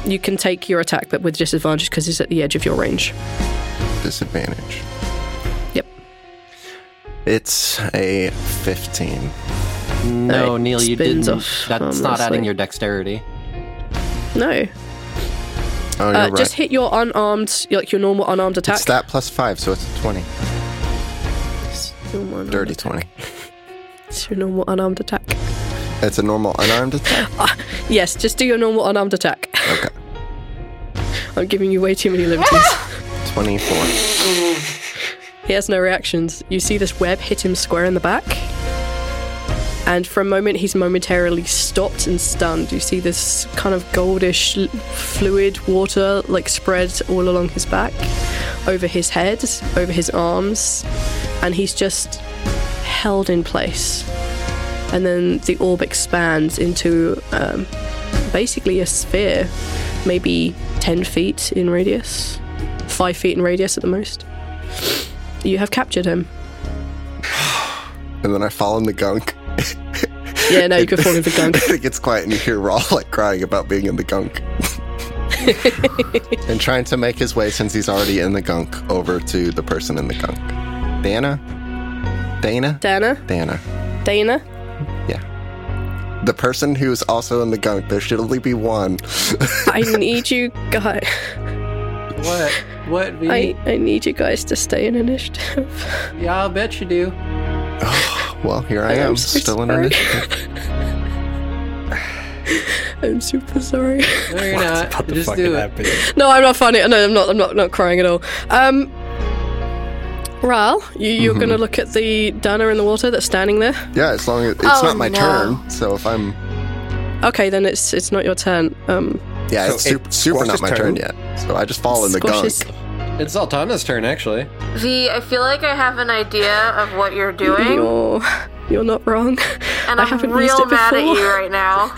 you can take your attack, but with disadvantage because it's at the edge of your range. Disadvantage. Yep. It's a fifteen. No, It Neil, you spins didn't. off That's not adding harmlessly. your dexterity. No. Oh, you're Uh, right. Just hit your unarmed, like your normal unarmed attack. it's that plus five, so it's a twenty. Your normal- Dirty twenty. It's your normal unarmed attack. It's a normal unarmed attack. Yes, just do your normal unarmed attack. Okay, [laughs] I'm giving you way too many liberties. twenty-four. He has no reactions. You see this web hit him square in the back. And for a moment, he's momentarily stopped and stunned. You see this kind of goldish l- fluid water like spread all along his back, over his head, over his arms, and he's just held in place. And then the orb expands into um, basically a sphere, maybe 10 feet in radius, 5 feet in radius at the most. You have captured him. And then I fall in the gunk. [laughs] Yeah, no, you could fall in the gunk. it gets quiet, and you hear Rawl like crying about being in the [laughs] gunk. and trying to make his way since he's already in the gunk over to the person in the gunk. Dana? Dana? Dana? Dana. Dana? Yeah. The person who's also in the gunk, there should only be one. [laughs] I need you guys. What? What? We, I, I need you guys to stay in initiative. [laughs] yeah, I'll bet you do. Well, here I I'm am, so still in sorry. initiative. I'm super sorry. No, you're not. About to Just fucking do it. happen. No, I'm not funny. No, I'm not. I'm not. Not crying at all. Um, Ral, you, Mm-hmm. you're going to look at the Dana in the water that's standing there. Yeah, as long as it's Oh, not my no. turn, so if I'm. Okay, then it's it's not your turn. Um, Yeah, So it's it- super, super Squash's not my turn. turn. yet. So I just fall in the Squash gunk. is- It's Zoltana's turn, actually. V, I feel like I have an idea of what you're doing, you're you're not wrong. and I I'm haven't used real it mad at before. you right [laughs] now.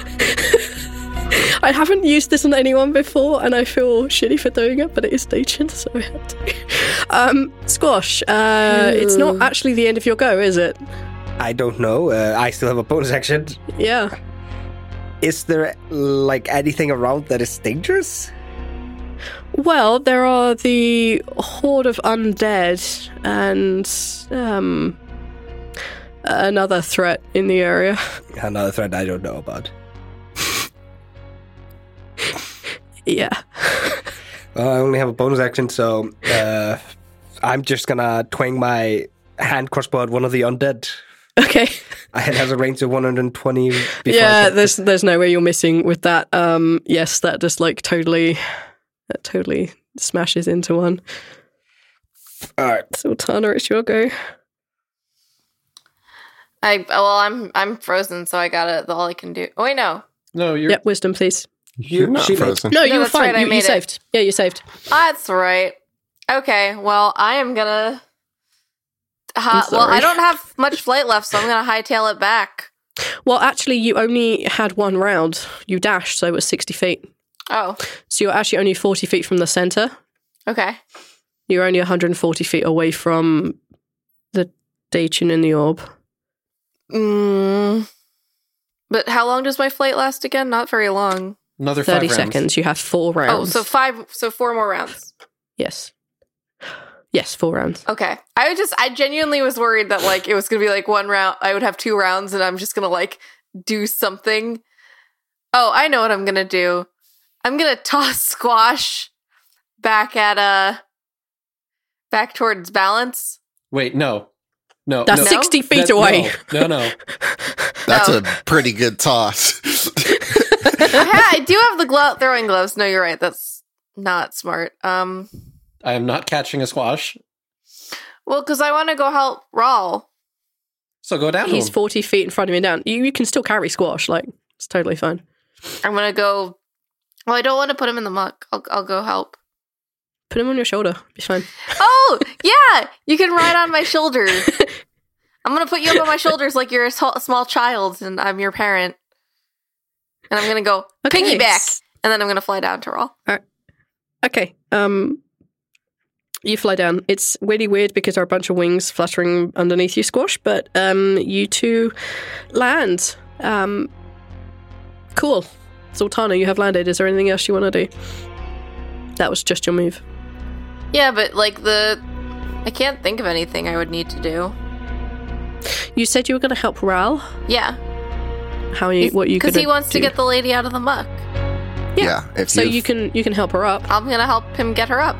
I haven't used this on anyone before, and I feel shitty for doing it, but it is Dachin, so I had to. [laughs] Um, squash. Uh, it's not actually the end of your go, is it? I don't know. Uh, I still have a bonus action. Yeah. Is there like anything around that is dangerous? Well, there are the horde of undead and um, another threat in the area. [laughs] Another threat I don't know about. yeah. Well, Uh, I only have a bonus action, so uh, I'm just gonna twang my hand crossbow at one of the undead. Okay. I- [laughs] It has a range of 120. Before I yeah. can- There's there's no way you're missing with that. Um, yes, that just like totally, that totally smashes into one. All right. Sultana, it's your go. I well, I'm I'm frozen, so I got it. All I can do. Oh wait, no. No, you're. Yep, wisdom, please. You're not she made- frozen. No, you were that's fine. right, I you, you made it. saved. Yeah, you saved. That's right. Okay. Well, I am gonna. Ha- well, sorry. I don't have much flight left, so I'm gonna hightail it back. Well, actually, you only had one round. You dashed, so it was 60 feet. Oh, So you're actually only 40 feet from the center. okay. You're only 140 feet away from the Dachin in the orb. Mm. But how long does my flight last again? Not very long. Another 30 five rounds. seconds. You have four rounds. Oh, so five, so four more rounds. yes. Yes, four rounds. Okay. I would just, I genuinely was worried that like it was gonna be like one round. I would have two rounds, and I'm just gonna like do something. Oh, I know what I'm gonna do. I'm gonna toss [laughs] squash back at uh back towards balance. Wait, no, no, That's no. six 60 feet That- away. No, no, [laughs] no. That's Oh. a pretty good [laughs] toss. I, ha- I do have the glove throwing gloves. No, you're right. That's not smart. Um, I am not catching a squash. well, because I want to go help Rawl. So go down. to He's him. 40 feet in front of me down. You, you can still carry squash. Like, it's totally fine. I'm gonna go. Well, I don't want to put him in the muck. I'll I'll go help. Put him on your shoulder. Be fine. Oh yeah, you can ride on my shoulder. I'm gonna put you up on my shoulders like you're a s- small child and I'm your parent. And I'm gonna go Okay. piggyback, and then I'm gonna fly down to Rawl. Okay. Um you fly down. It's really weird because there are a bunch of wings fluttering underneath you, Squash, but um you two land. Um cool. Sultana, you have landed. Is there anything else you want to do? That was just your move. Yeah, but like the, I can't think of anything I would need to do. You said you were going to help Ral. Yeah, How are you? What are you? because he gonna wants to do? get the lady out of the muck. Yeah. if So you've- you can you can help her up. I'm gonna help him get her up.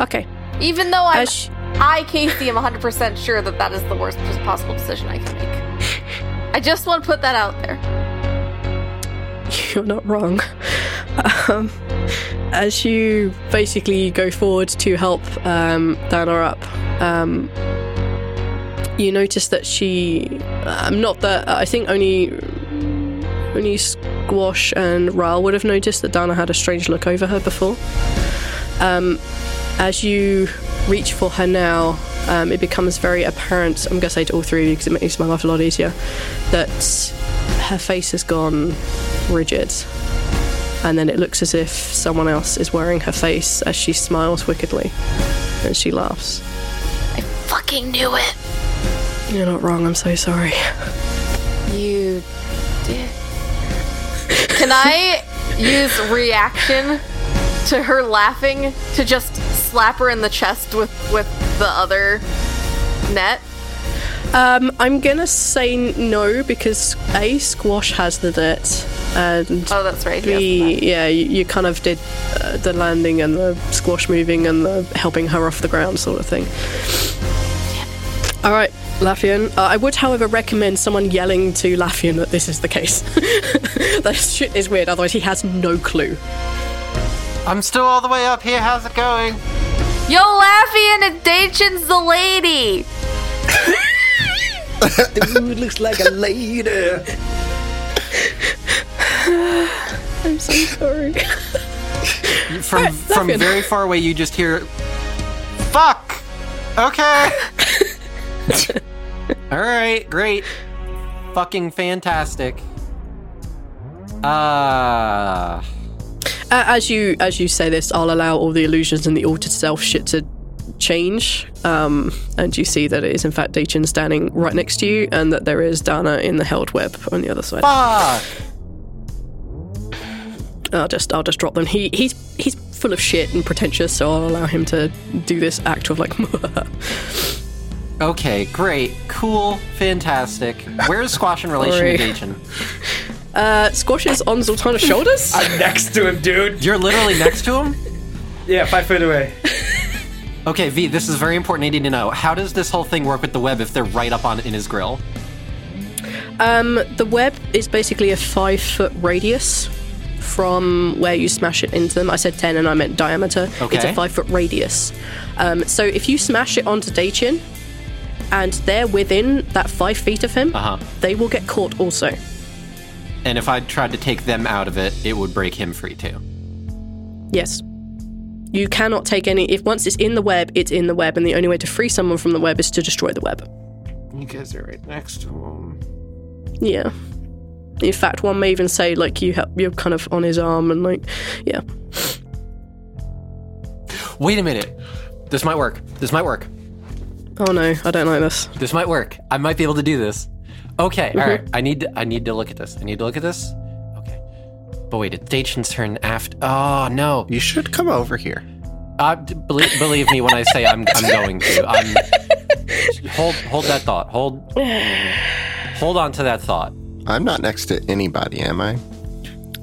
Okay. Even though I'm, As sh- I, Casey, am 100% sure that that is the worst possible decision I can make. I just want to put that out there. [laughs] You're not wrong. Um, as you basically go forward to help um, Dana up, um, you notice that she, um, not that I think only only Squash and Ral would have noticed that Dana had a strange look over her before. Um, as you reach for her now, um, it becomes very apparent. I'm going to say to all three of you because it makes my life a lot easier that her face has gone rigid. And then it looks as if someone else is wearing her face as she smiles wickedly and she laughs. Fucking knew it. You're not wrong, I'm so sorry. You did. Can I use reaction to her laughing to just slap her in the chest with with the other net? Um, I'm gonna say n- no because A, Squash has the dirt, and Oh, that's right. he has the B, yeah, you, you kind of did uh, the landing and the Squash moving and the helping her off the ground sort of thing. All right, Lafian. Uh, I would, however, recommend someone yelling to Lafian that this is the case. [laughs] that shit is weird, otherwise, he has no clue. I'm still all the way up here. How's it going? back. Yo, Laffian and Dachin's the lady. Dude looks like a lady. I'm so sorry. From from good. very far away, you just hear, "Fuck." Okay. all right. Great. Fucking fantastic. Ah. Uh, as you as you say this, I'll allow all the illusions and the altered self shit to change. Um, and you see that it is in fact Dachin standing right next to you, and that there is Dana in the held web on the other side. fuck. I'll just I'll just drop them. He he's he's full of shit and pretentious, so I'll allow him to do this act of like. [laughs] Okay, great, cool, fantastic. Where is Squash in relation Sorry. to Gaijin? uh, squashes on [laughs] Zoltana's shoulders. I'm next to him, dude. You're literally next to him? Yeah, five feet away. Okay, V, this is very important. I need to know. How does this whole thing work with the web if they're right up on in his grill? Um, the web is basically a five foot radius from where you smash it into them. I said 10 and I meant diameter. It's a Okay. five foot radius. Um, so if you smash it onto Daichin and they're within that five feet of him, Uh-huh. they will get caught also. And if I tried to take them out of it, it would break him free too. Yes. You cannot take any. If once it's in the web, it's in the web, and the only way to free someone from the web is to destroy the web. You guys are right next to him. Yeah. In fact, one may even say like you ha- you're kind of on his arm and like, yeah. Wait a minute. This might work. This might work. Oh no, I don't like this. This might work. I might be able to do this. Okay, all right. I need to, I need to look at this. I need to look at this. Okay. But wait, it's Daichin's turn after. Oh no. You should come over here. Uh, d- believe, believe me when I say I'm I'm going to. I'm hold hold that thought. Hold hold on to that thought. I'm not next to anybody, am I?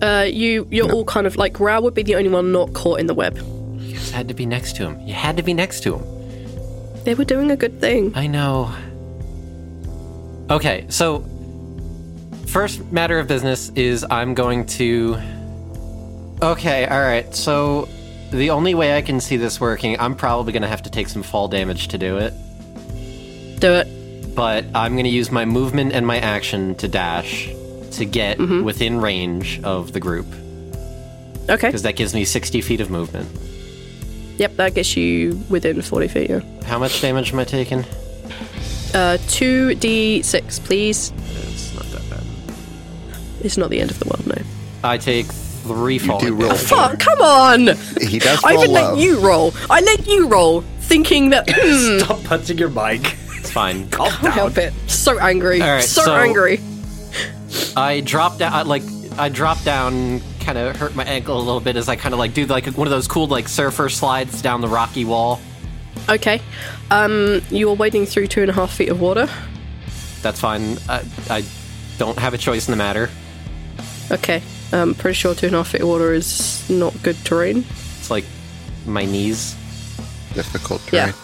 Uh, you you're all kind of like Rao would be the only one not caught in the web. You just had to be next to him. You had to be next to him. They were doing a good thing. I know. Okay, so first matter of business is I'm going to. Okay, all right. So the only way I can see this working, I'm probably going to have to take some fall damage to do it. Do it. But I'm going to use my movement and my action to dash to get within range of the group Okay. because that gives me 60 feet of movement. Yep, that gets you within forty feet. Yeah. How much damage am I taking? Uh, two d six, please. It's not that bad. It's not the end of the world, no. I take three fall. do roll Fuck! Come on. [laughs] He does I roll Oh, even low. let you roll. I let you roll, thinking [coughs] that. [laughs] [coughs] Hmm, Stop punching your mic. It's fine. can't help it. So angry. All right, so, so- angry. I drop down, I, like I drop down, kind of hurt my ankle a little bit as I kind of like do like one of those cool like surfer slides down the rocky wall. Okay. Um, you are wading through two and a half feet of water. That's fine. I, I don't have a choice in the matter. Okay. Um, pretty sure two and a half feet of water is not good terrain. It's like my knees. Difficult Yeah. terrain.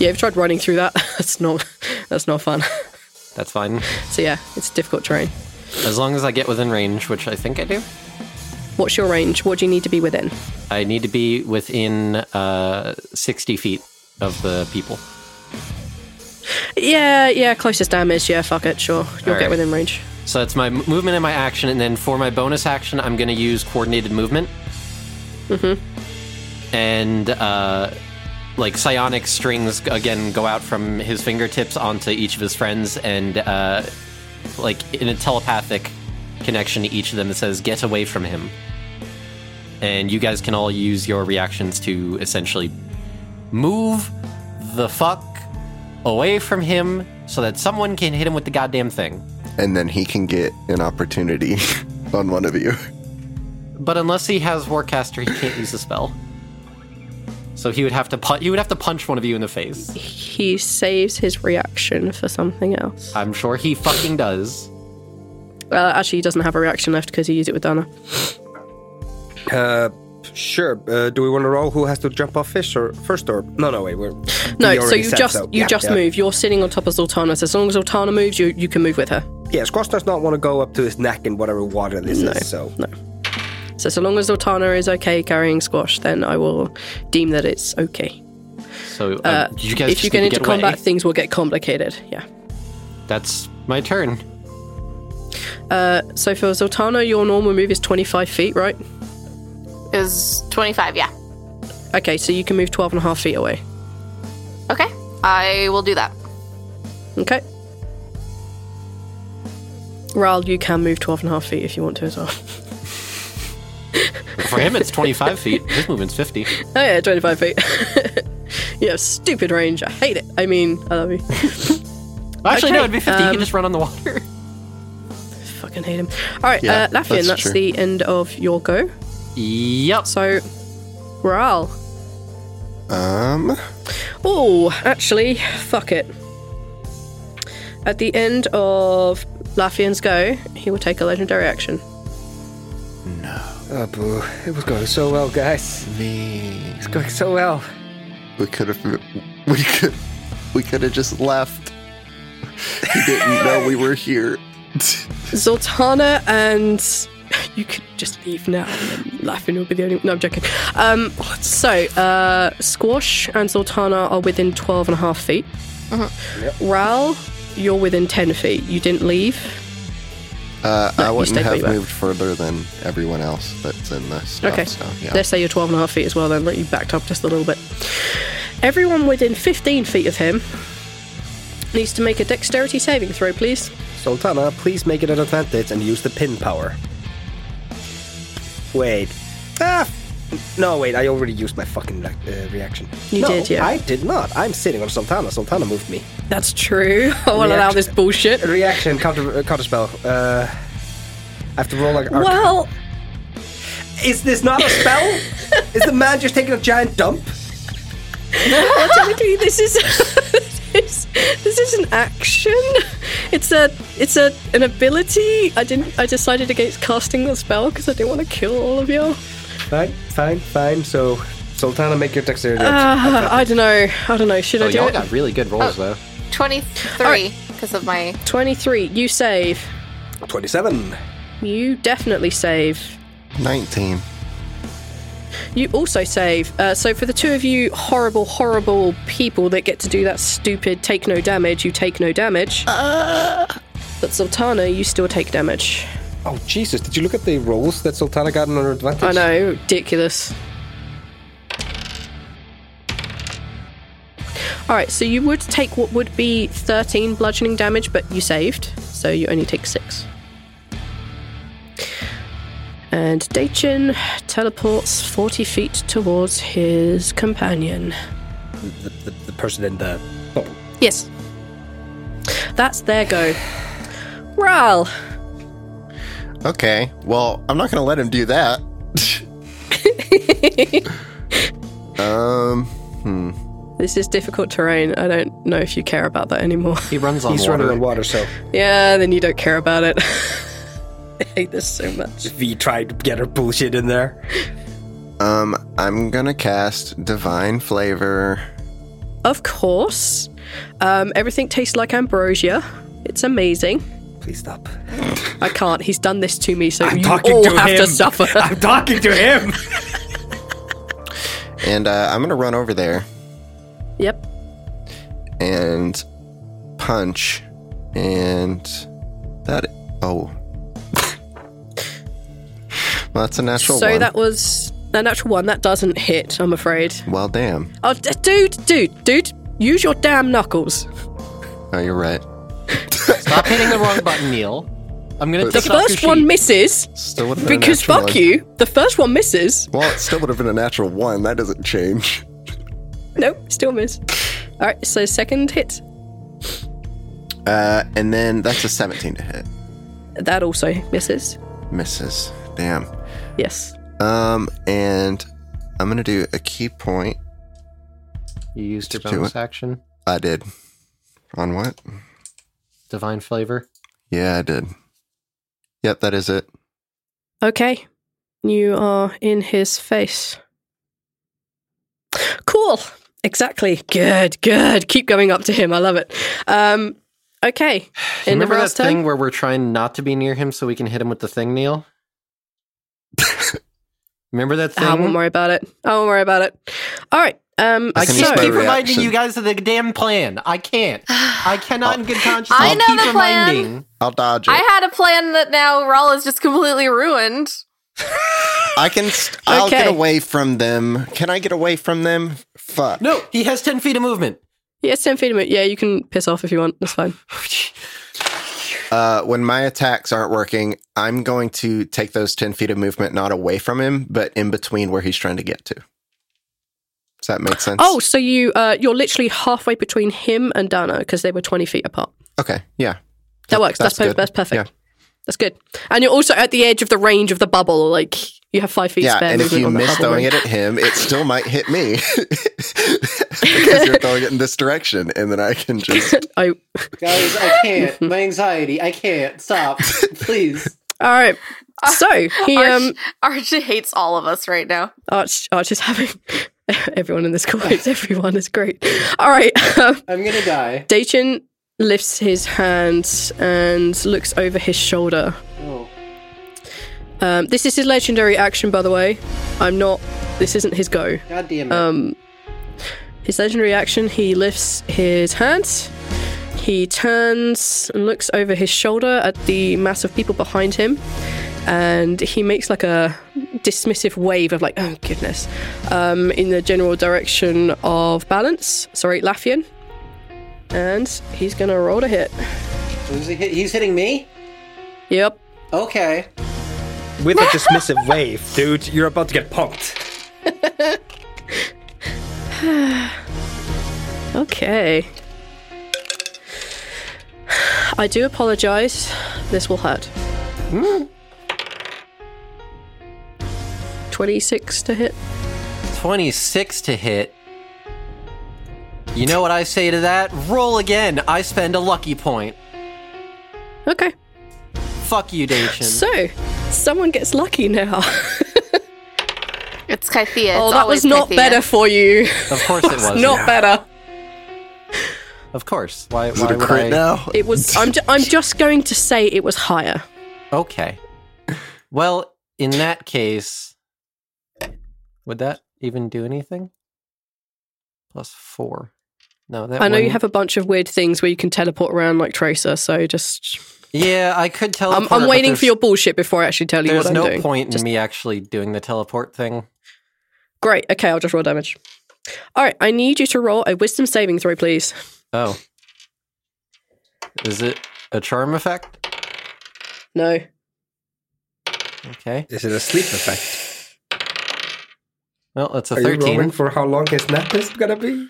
Yeah, I've tried running through that. [laughs] that's not. That's not fun. [laughs] That's fine. [laughs] so yeah, it's difficult terrain. As long as I get within range, which I think I do. What's your range? What do you need to be within? I need to be within uh, 60 feet of the people. Yeah, yeah, closest damage. Yeah, fuck it. Sure, you'll All get right. within range. So that's my m- movement and my action, and then for my bonus action, I'm going to use coordinated movement. Mm-hmm. And uh, like psionic strings again go out from his fingertips onto each of his friends, and uh, like in a telepathic connection to each of them, it says "Get away from him." And you guys can all use your reactions to essentially move the fuck away from him, so that someone can hit him with the goddamn thing. And then he can get an opportunity [laughs] on one of you. But unless he has Warcaster, he can't use the spell. So he would have to pu- he would have to punch one of you in the face. He saves his reaction for something else. I'm sure he fucking does. Well, actually, he doesn't have a reaction left because he used it with Donna. Uh, sure. Uh, do we want to roll who has to jump off fish or first or no? No, wait. We're No, we so already you said just so. you Yeah, just yeah. move. You're sitting on top of Zoltana. So as long as Zoltana moves, you you can move with her. Yeah, Squash does not want to go up to his neck in whatever water this is. So So so long as Zoltana is okay carrying squash, then I will deem that it's okay. So uh, Uh, you guys if just you get need to into combat, away. things will get complicated. Yeah. That's my turn. So for Zoltana, your normal move is 25 feet, right? Is 25, yeah. Okay, so you can move 12 and a half feet away. Okay. I will do that. Okay. Ral, you can move 12 and a half feet if you want to as well. [laughs] For him, it's [laughs] 25 feet. His movement's 50. Oh yeah, 25 feet. [laughs] you have stupid range. I hate it. I mean, I love you. Actually, no, Okay, it'd be 50. he can just run on the [laughs] water. Fucking hate him. All right, Yeah, uh, Lafian, that's that's, true. the end of your go. yep. So, Ral. Um, Oh, actually, fuck it. At the end of Lafian's go, he will take a legendary action. Oh, boo. It was going so well, guys. me. It's going so well. We could have. We could. We could have just left. He didn't know we were here. [laughs] Zoltana and [laughs] you could just leave now. and Laughing will be the only. No, I'm joking. Um, so uh, Squash and Zoltana are within 12 and a half Uh-huh. feet. Ral, you're within 10 feet. You didn't leave. Uh, No, I you wouldn't stayed where have you were. moved further than everyone else that's in this stuff. Okay. So, yeah. Let's say you're 12 and a half feet as well, then, like you backed up just a little bit. Everyone within 15 feet of him needs to make a dexterity saving throw, please. Sultana, please make it an advantage and use the pin power. Wait. Ah! f- No, wait, I already used my fucking like, uh, reaction. You No, did, yeah. I did not. I'm sitting on Sultana. Sultana moved me. That's true. [laughs] I won't allow Reaction. this bullshit. Reaction, counter, uh, counter spell. Uh, I have to roll like. arc- Well, Is this not a [laughs] spell? Is the man just taking a giant dump? well, technically, this is [laughs] this, this is an action. It's a it's a an ability. I didn't. I decided against casting the spell because I didn't want to kill all of you. Fine, fine, fine. So, Sultana, make your dexterity. Uh, I don't know. I don't know. Should Oh, I do y'all it? got really good rolls though. 23 because of my. Twenty-three. You save. 27. You definitely save. 19. You also save. Uh, so for the two of you horrible, horrible people that get to do that stupid take no damage, you take no damage. But Sultana, you still take damage. Oh, Jesus. Did you look at the rolls that Sultana got on her advantage? I know, ridiculous. Alright, so you would take what would be 13 bludgeoning damage, but you saved, so you only take 6. And Dachin teleports 40 feet towards his companion. The, the, the person in the. Oh, Yes. That's their go. Ral, Okay. Well, I'm not going to let him do [laughs] that. um, this is difficult terrain. I don't know if you care about that anymore. He runs on he's water. running on water, so. yeah, then you don't care about it. [laughs] I hate this so much. [laughs] V tried to get her bullshit in there. um, I'm going to cast Divine Flavor. Of course, um, everything tastes like ambrosia. It's amazing. Please stop. I can't. He's done this to me, so I'm you talking all to have him. to suffer. [laughs] I'm talking [laughs] to him! And uh, I'm going to run over there yep. and punch. And that. Oh. [laughs] well, that's a natural So one. that was a natural one. That doesn't hit. I'm afraid. well, damn. Oh, d- dude, dude, dude! Use your damn knuckles. Oh, you're right. Stop hitting the wrong button, Neil. I'm [laughs] gonna The take off first your one sheet. misses Still would've been a because natural fuck one. you. The first one misses. Well, it still would have been a natural one. That doesn't change. Nope, still miss. All right, so second hit. Uh, and then that's a 17 to hit. That also misses. Misses. Damn. Yes. Um, and I'm gonna do a key point. You used your Do bonus it. action. I did. On what? Divine flavor. Yeah, I did. Yep, that is it. Okay. You are in his face. Cool. Exactly. Good, good. Keep going up to him. I love it. Um, [sighs] okay. In the Remember that last thing turn. where we're trying not to be near him so we can hit him with the thing, [laughs] Neil? Remember that thing? Ah, I won't worry about it. I won't worry about it. All right. Um, I can so, can't use keep my reminding reaction. you guys of the damn plan. I [sighs] can't. I cannot in good conscience. I I'll know keep the plan. reminding. I'll dodge it. I, I had a plan that now Rawl is just completely ruined. can. St- I'll get Okay. away from them. Can I get away from them? Fuck. No, he has ten feet of movement. yes, 10 feet of movement. [laughs] Yeah, you can piss off if you want. [laughs] That's fine. Uh, when my attacks aren't working, I'm going to take those 10 feet of movement not away from him, but in between where he's trying to get to. Does that make sense? Oh, so you uh, you're literally halfway between him and Dana because they were twenty feet apart. okay. Yeah. That works. That's that's per- good. that's perfect. That's good. And you're also at the edge of the range of the bubble. Like you have five feet Yeah, spare. and if movement you on the miss bubble throwing ring. it at him, it still might hit me [laughs] because you're throwing it in this direction, and then I can just. [laughs] I, Guys, I can't. My anxiety. I can't. [laughs] Stop. Please. all right. So he um Arch, Arch hates all of us right now. Arch Arch is having [laughs] everyone in this call hates everyone is great. All right. Um, I'm gonna die. Dachin lifts his hands and looks over his shoulder. Um, this is his legendary action, by the way. I'm not. This isn't his go. God damn it. His legendary action, he lifts his hand. He turns and looks over his shoulder at the mass of people behind him, and he makes like a dismissive wave of like, oh goodness, um, in the general direction of Balance. Sorry, Laffian. And he's gonna roll to hit. Who's he hit? He's hitting me? Yep. Okay. With a dismissive wave, dude, you're about to get punked. Okay. I do apologize. This will hurt. 26 to hit. 26 to hit. You know what I say to that? Roll again. I spend a lucky point. Okay. Fuck you, Dacian. So, someone gets lucky now. [laughs] It's Kythea. oh, It's that always was not Kythea. better for you. of course [laughs] it was. not better. Of course. Why, Is it why a would crit I? now? It was. I'm. Ju- I'm just going to say it was higher. Okay. Well, in that case, would that even do anything? Plus four. No, that. I know you wouldn't. have a bunch of weird things where you can teleport around like Tracer. So just. Yeah, I could I'm, teleport. I'm Oh, but waiting for your there's- bullshit before I actually tell you what There's I'm no doing. point Just- in me actually doing the teleport thing. Great. Okay, I'll just roll damage. All right, I need you to roll a wisdom saving throw, please. Oh. Is it a charm effect? No. Okay. Is it a sleep effect? Well, that's a Are you 13. rolling for how long his nap is gonna be?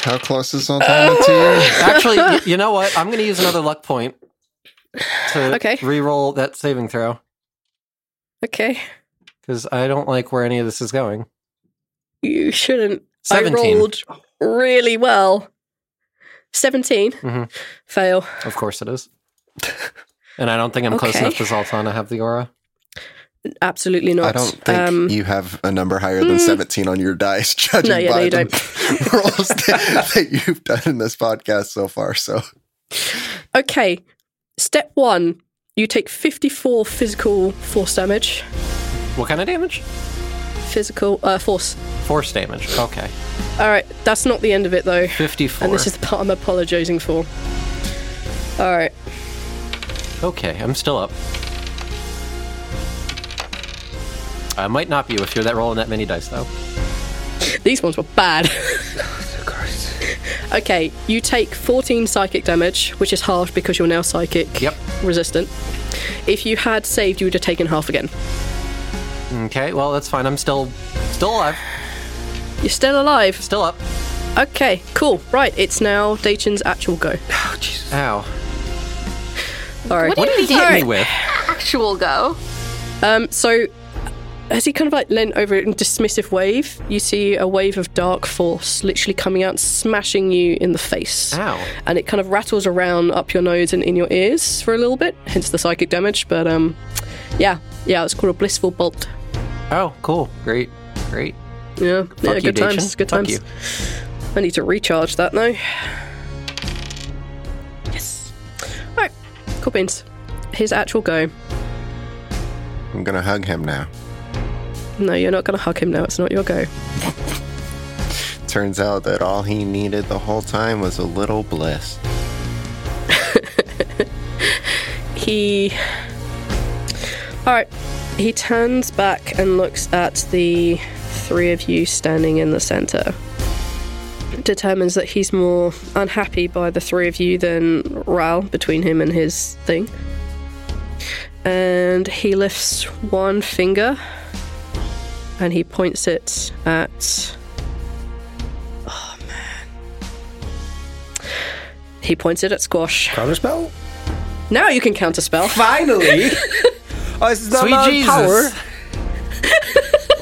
How close is Zoltana Uh, to [laughs] Actually, y- you know what? I'm going to use another luck point to Okay. re-roll that saving throw Okay. because I don't like where any of this is going. You shouldn't. 17. I rolled really well. 17. Mm-hmm. Mhm. Fail. Of course it is. And I don't think I'm close Okay. enough to Zoltana have the aura. Absolutely you? not. I don't think Um, hmm. you have a number higher than 17 on your dice, [laughs] judging No, yeah, no, by you the [laughs] don't. rolls that, that you've done in this podcast so far. So okay. Step one you take 54 physical force damage. What kind of damage? Physical uh, force. Force damage. Okay. All right. That's not the end of it, though. 54. And this is the part I'm apologizing for. All right. Okay, I'm still up. I might not be if you're that rolling that many dice, though. These ones were bad. [laughs] okay, you take 14 psychic damage, which is half because you're now psychic Yep. resistant. If you had saved, you would have taken half again. Okay, well, that's fine. I'm still still alive. You're still alive. Still up. Okay, cool. Right, it's now Dachin's actual go. Ow. All right. What do did he you hit mean? me with? Actual go. Um, so as he kind of like leant over in dismissive wave, you see a wave of dark force literally coming out and smashing you in the face. Ow. And it kind of rattles around up your nose and in your ears for a little bit, hence the psychic damage. But um, yeah, yeah, it's called a blissful bolt. Oh, cool. Great. Great. Yeah, yeah, you, good times, Dacian. good Fuck times. you. I need to recharge that now. Yes. All right, cool beans. His actual go. I'm going to hug him now. No, you're not going to hug him now. It's not your go. Turns out that all he needed the whole time was a little bliss. He. Alright. He turns back and looks at the three of you standing in the centre. Determines that he's more unhappy by the three of you than Ral between him and his thing. And he lifts one finger and he points it at. Oh man. He points it at Squash. Counter spell? Now you can counterspell. [laughs] Finally! oh, it's not Sweet my Jesus. power.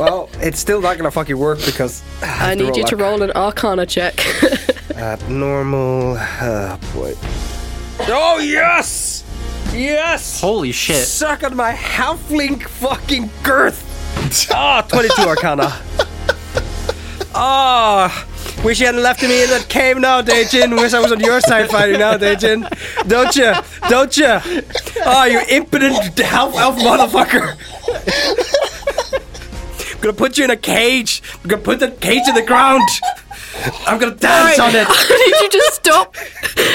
[laughs] well, it's still not gonna fucking work because I, have I need you a- to roll an Arcana check. Abnormal. Oh boy. Oh yes! Yes! Holy shit. Suck on my halfling fucking girth! Ah, 22 [laughs] Arcana. Ah, wish you hadn't left me in that cave now, Dejin. Wish I was on your side fighting now, Dejin. Don't you? Don't you? Ah, you impotent half elf motherfucker. I'm gonna put you in a cage. I'm gonna put that cage in the ground. I'm gonna dance on it. I need you to stop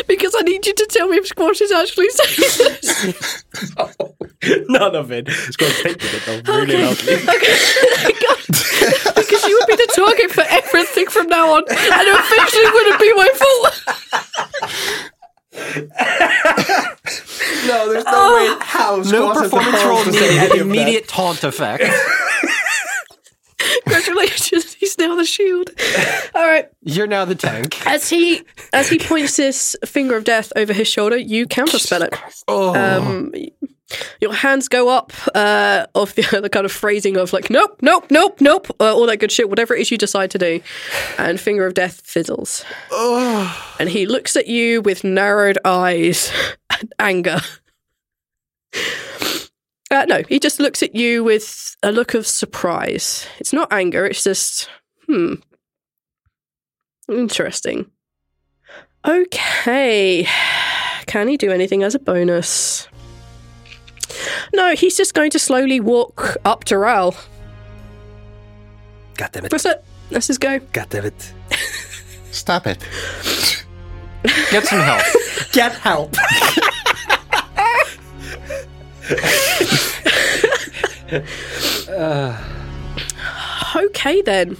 because I need you to tell me if Squash is actually saying this. [laughs] None of it. It's going to take it though. Really loudly. because you would be the target for everything from now on, and it officially wouldn't be my fault. [laughs] No, there's no Ah! way. How No performance roll needed. Immediate. Immediate taunt effect. Congratulations, he's now the shield. All right. You're now the tank. As he as he points this finger of death over his shoulder, you counterspell it. Oh, Um, your hands go up uh, of the, [laughs] the kind of phrasing of like nope, nope, nope, nope, uh, all that good shit, whatever it is you decide to do, and finger of death fizzles. And he looks at you with narrowed eyes [laughs] and anger. Uh, no, he just looks at you with a look of surprise. It's not anger, it's just, hmm. Interesting. Okay. Can he do anything as a bonus? No, he's just going to slowly walk up to Ral. God damn it. That's it. That's his go. God damn it. Stop it. get some help. Get help. Okay then.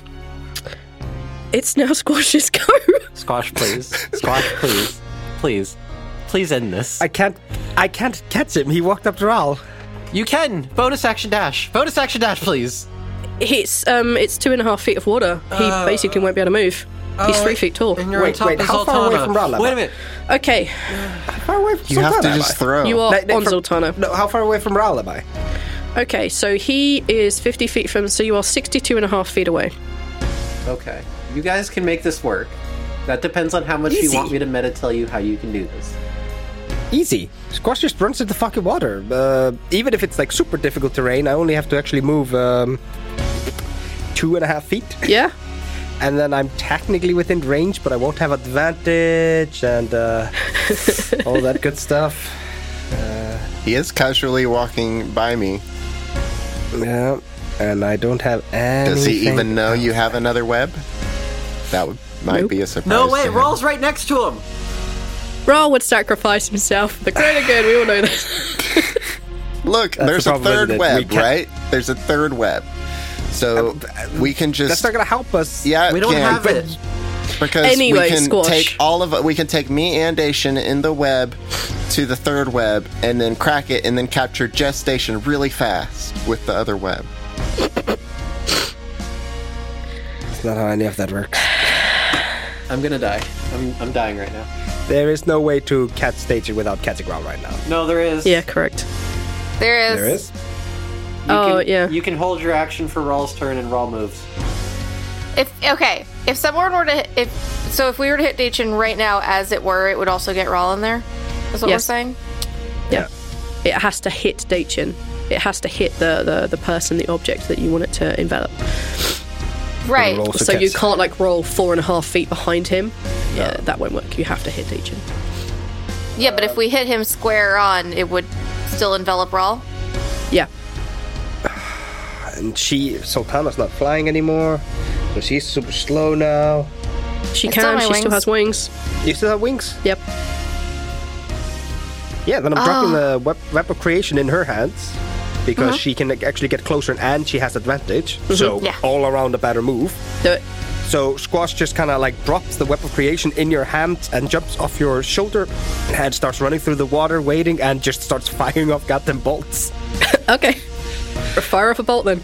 It's now [laughs] Squash's go. Squash, please. Squash, please. Please. Please end this. [laughs] I can't. I can't catch him. He walked up to Ral. you can! Bonus action dash. Bonus action dash, please. it's um, it's two and a half feet of water. He basically won't be able to move. he's three feet tall. And you're Wait, on top wait, of how far away Zoltana. from Rala? Wait a minute. Okay, How far away from You have Sultana to am just I? throw. you are No, no, on from- Zoltana. No, how far away from Ral am I? Okay, so he is 50 feet from, so you are 62 and a half feet away. Okay. You guys can make this work. That depends on how much you want me to meta tell you how you can do this. Easy. Squash just runs into fucking water. Uh, even if it's like super difficult terrain, I only have to actually move um, two and a half feet, Yeah? and then I'm technically within range, but I won't have advantage and [laughs] uh, all that good stuff. He is casually walking by me. Yeah, and I don't have anything. Does he even know you have another web? That would might be a surprise. No, to Oh, wait, him. Roll's right next to him. Raul would sacrifice himself for the greater good, we all know that. Look, That's there's the a problem, third isn't it? We web, can't- Uh, right? There's a third web. So we can just That's not gonna help us. yeah, We don't can, have it. because Anyway, we can squash. take all of we can take me and Dacian in the web to the third web and then crack it and then capture gestation really fast with the other web. That's not how any of that works. I'm gonna die. I'm, I'm dying right now. There is no way to catch station without catching Ral right now. No, there is. [laughs] yeah, correct. There is. There is. You Oh, can, yeah. You can hold your action for Rawl's turn and Rawl moves. If okay, if someone were to hit- if so, if we were to hit Dachin right now, as it were, it would also get Rawl in there. Is what we're Yes. saying. It has to hit Dachin. It has to hit the, the, the person, the object that you want it to envelop. Right. Roll so you catch. can't like roll four and a half feet behind him. Yeah, that won't work. You have to hit Dachin. Yeah, but if we hit him square on, it would still envelop Rawl. Yeah. And she, Sultana's not flying anymore, so she's super slow now. She It's on can, my she still wings. has wings. You still have wings? Yep. Yeah, then I'm dropping the web, web of creation in her hands because she can like, actually get closer and she has advantage. So Yeah. all around a better move. Do it. So Squash just kind of like drops the web of creation in your hand and jumps off your shoulder and starts running through the water, waiting, and just starts [laughs] firing off goddamn bolts. Okay. [laughs] Fire off a bolt then.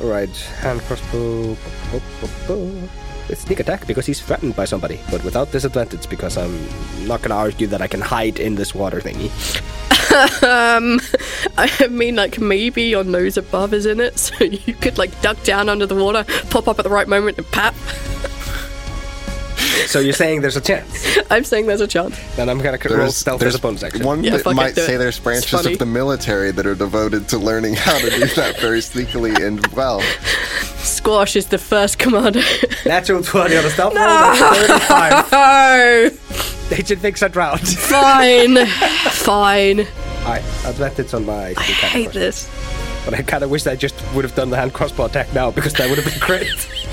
All right, hand crossbow. bo- bo- bo- It's sneak attack because he's threatened by somebody, but without disadvantage because I'm not gonna argue that I can hide in this water thingy. Um, [laughs] I mean, like maybe your nose above is in it, [laughs] so you could like duck down under the water, pop up at the right moment, and pap. [laughs] So you're saying there's a chance? I'm saying there's a chance. Then I'm gonna roll stealth as a bonus action. one Yeah, that fuck it, might do it. say there's It's branches funny. of the military that are devoted to learning how to do that very sneakily and well. Squash is the first commander. [laughs] Natural 20 on a stealth roll. That's 35. oh, Agent thinks I drowned. fine, fine. [laughs] I advantage on my. I I hate this. But I kind of [laughs] wish I just would have done the hand crossbow attack now because that would have been great.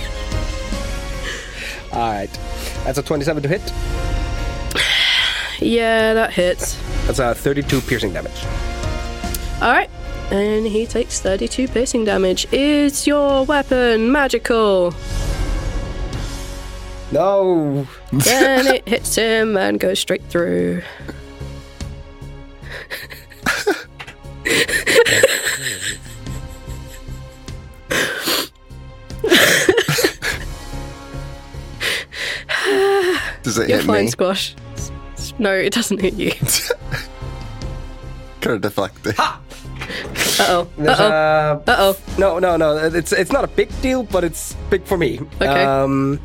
All right. That's a 27 to hit. Yeah, that hits. That's a 32 piercing damage. All right. And he takes 32 piercing damage. Is your weapon magical? No. then it hits him and goes straight through. Does it You're hit fine, me? Squash. S- s- No, it doesn't hit [laughs] you. Could have deflected. Uh oh. There's Uh oh. No, no, no. It's it's not a big deal, but it's big for me. Okay. Um,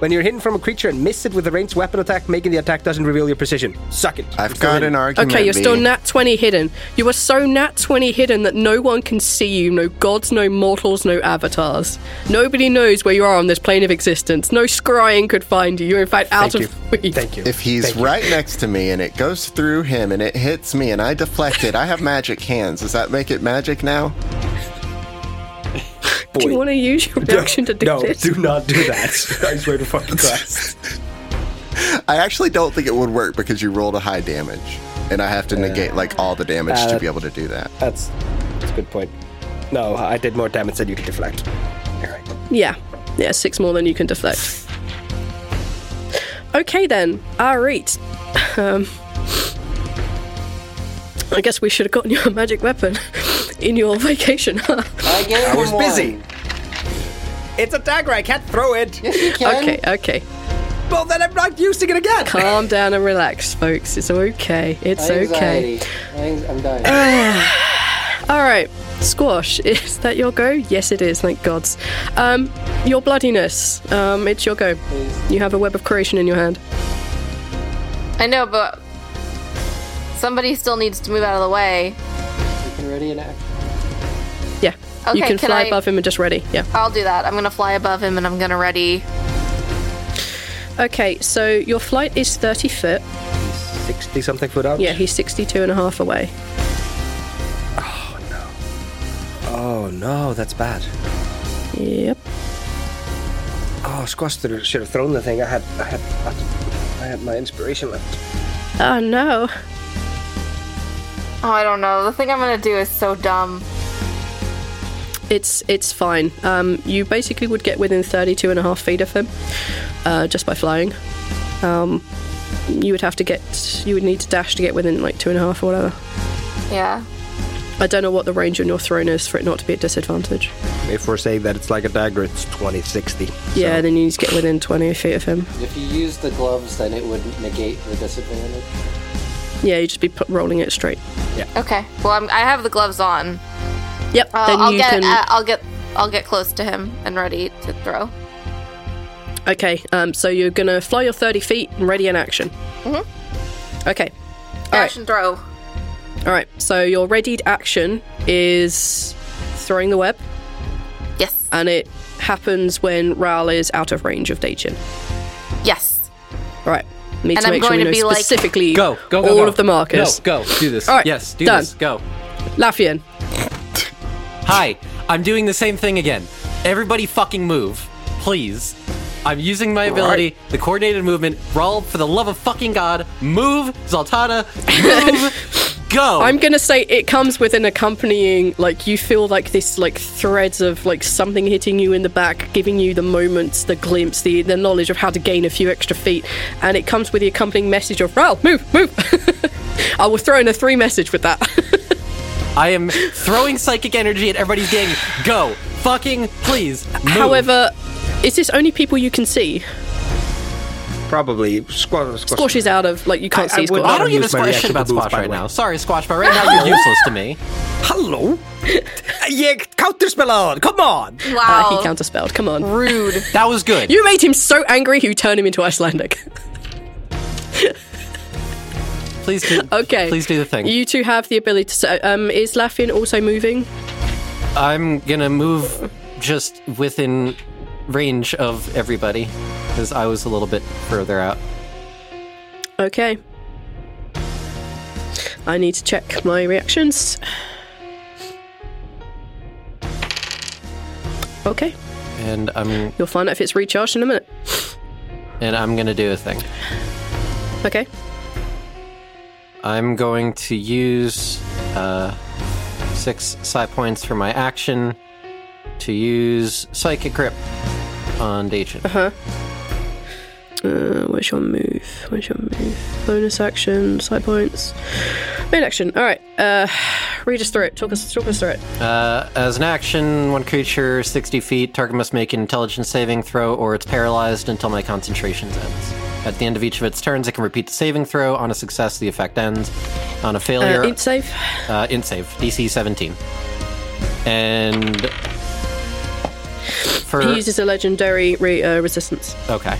when you're hidden from a creature and miss it with a ranged weapon attack, making the attack doesn't reveal your precision. Suck it. I've got an argument. Okay, you're still nat 20 hidden. You are so nat 20 hidden that no one can see you. No gods, no mortals, no avatars. Nobody knows where you are on this plane of existence. No scrying could find you. You're, in fact, out Thank of reach. Thank If he's right next to me and it goes through him and it hits me and I deflect it, I have magic hands. Does that make it magic now? Do you want to use [laughs] your reaction to do this? not do that. [laughs] I swear to fucking Christ. I actually don't think it would work because you rolled a high damage, and I have to negate like all the damage Uh, to be able to do that. That's that's a good point. No, I did more damage than you could deflect. Yeah. Yeah, six more than you can deflect. Okay then. Alright. Um I guess we should have gotten you a [laughs] magic weapon in your vacation, huh? I gave I was him busy. It's a dagger. I can't throw it. Yes, you can. Okay, okay. Well, then I'm not using it again. Calm down and relax, folks. It's okay. It's okay. Anxiety. Anx- I'm dying. All right, squash. [laughs] Is that your go? Yes, it is. Thank gods. Um, your bloodiness. Um, it's your go. You have a web of creation in your hand. I know, but somebody still needs to move out of the way. You can ready an action. Yeah. Okay, you can, can fly I- above him and just ready. Yeah. I'll do that. I'm gonna fly above him and I'm gonna ready. Okay, so your flight is 30 foot. 60 something foot out? Yeah, he's 62 and a half away. Oh no, that's bad. Yep. Oh, Squash should have- should have thrown the thing. I had, I had, I had my inspiration left. Oh no. Oh, I don't know. The thing I'm gonna do is so dumb. It's it's fine. Um, you basically would get within 32 and a half feet of him uh, just by flying. Um, you would have to get, you would need to dash to get within like two and a half or whatever. Yeah. I don't know what the range on your throne is for it not to be at disadvantage. If we're saying that it's like a dagger, it's 2060. Yeah, then you need to get within 20 feet of him. If you use the gloves, then it would negate the disadvantage. Yeah, you'd just be put, rolling it straight. Okay. Well, I'm, I have the gloves on. Yep. I'll, then I'll you get. can. uh, I'll get. I'll get close to him and ready to throw. Okay, um, so you're gonna fly your 30 feet and ready in action. Mhm. Okay, Dash and throw. all right. So your readied action is throwing the web. Yes. And it happens when Ral is out of range of Dajin. Yes. All right. Need And to I'm make going sure to we be know like- specifically Go, go, go. all go. of the markers. No, go. Do this. All right, Yes, do done. this. Go. Laffian. Hi, I'm doing the same thing again. Everybody fucking move, please. I'm using my ability, the coordinated movement. Roll for the love of fucking god, move, Zoltana, move, [laughs] go. I'm gonna say it comes with an accompanying, like you feel like this, like threads of like something hitting you in the back, giving you the moments, the glimpse, the the knowledge of how to gain a few extra feet, and it comes with the accompanying message of "Ral, move, move." [laughs] I will throw in a three message with that. [laughs] I am throwing psychic energy at everybody's gang. Go, fucking, please. Move. However, is this only people you can see? Probably. Squash, squash. Squash is out of like you can't I- I see. would Squash. not I don't give a use my squash reaction shit about to move, Squash by the right way. now. Sorry, Squash, but right now [laughs] you're useless to me. Hello? yeah, counterspell on. Come on. Uh, he counterspelled. Come on. Rude. That was good. You made him so angry, you turned him into Icelandic. [laughs] Please do. Okay. Please do the thing. You two have the ability to. So, um, is Laffian also moving? I'm gonna move just within range of everybody because I was a little bit further out. Okay. I need to check my reactions. Okay, And I'm you'll find out if it's recharged in a minute. and I'm gonna do a thing. Okay. I'm going to use uh, six psi points for my action to use psychic grip on Dajin. Uh-huh. Uh, where's your move? Where's your move? Bonus action, side points, main action. All right. Uh, read us through it. Talk us, talk us through it. Uh, as an action, one creature 60 feet, target must make an intelligence saving throw or it's paralyzed until my concentration ends. At the end of each of its turns, it can repeat the saving throw. On a success, the effect ends. On a failure, Uh, int save? Uh, int save, DC 17. And for He uses a legendary re, uh, resistance. okay,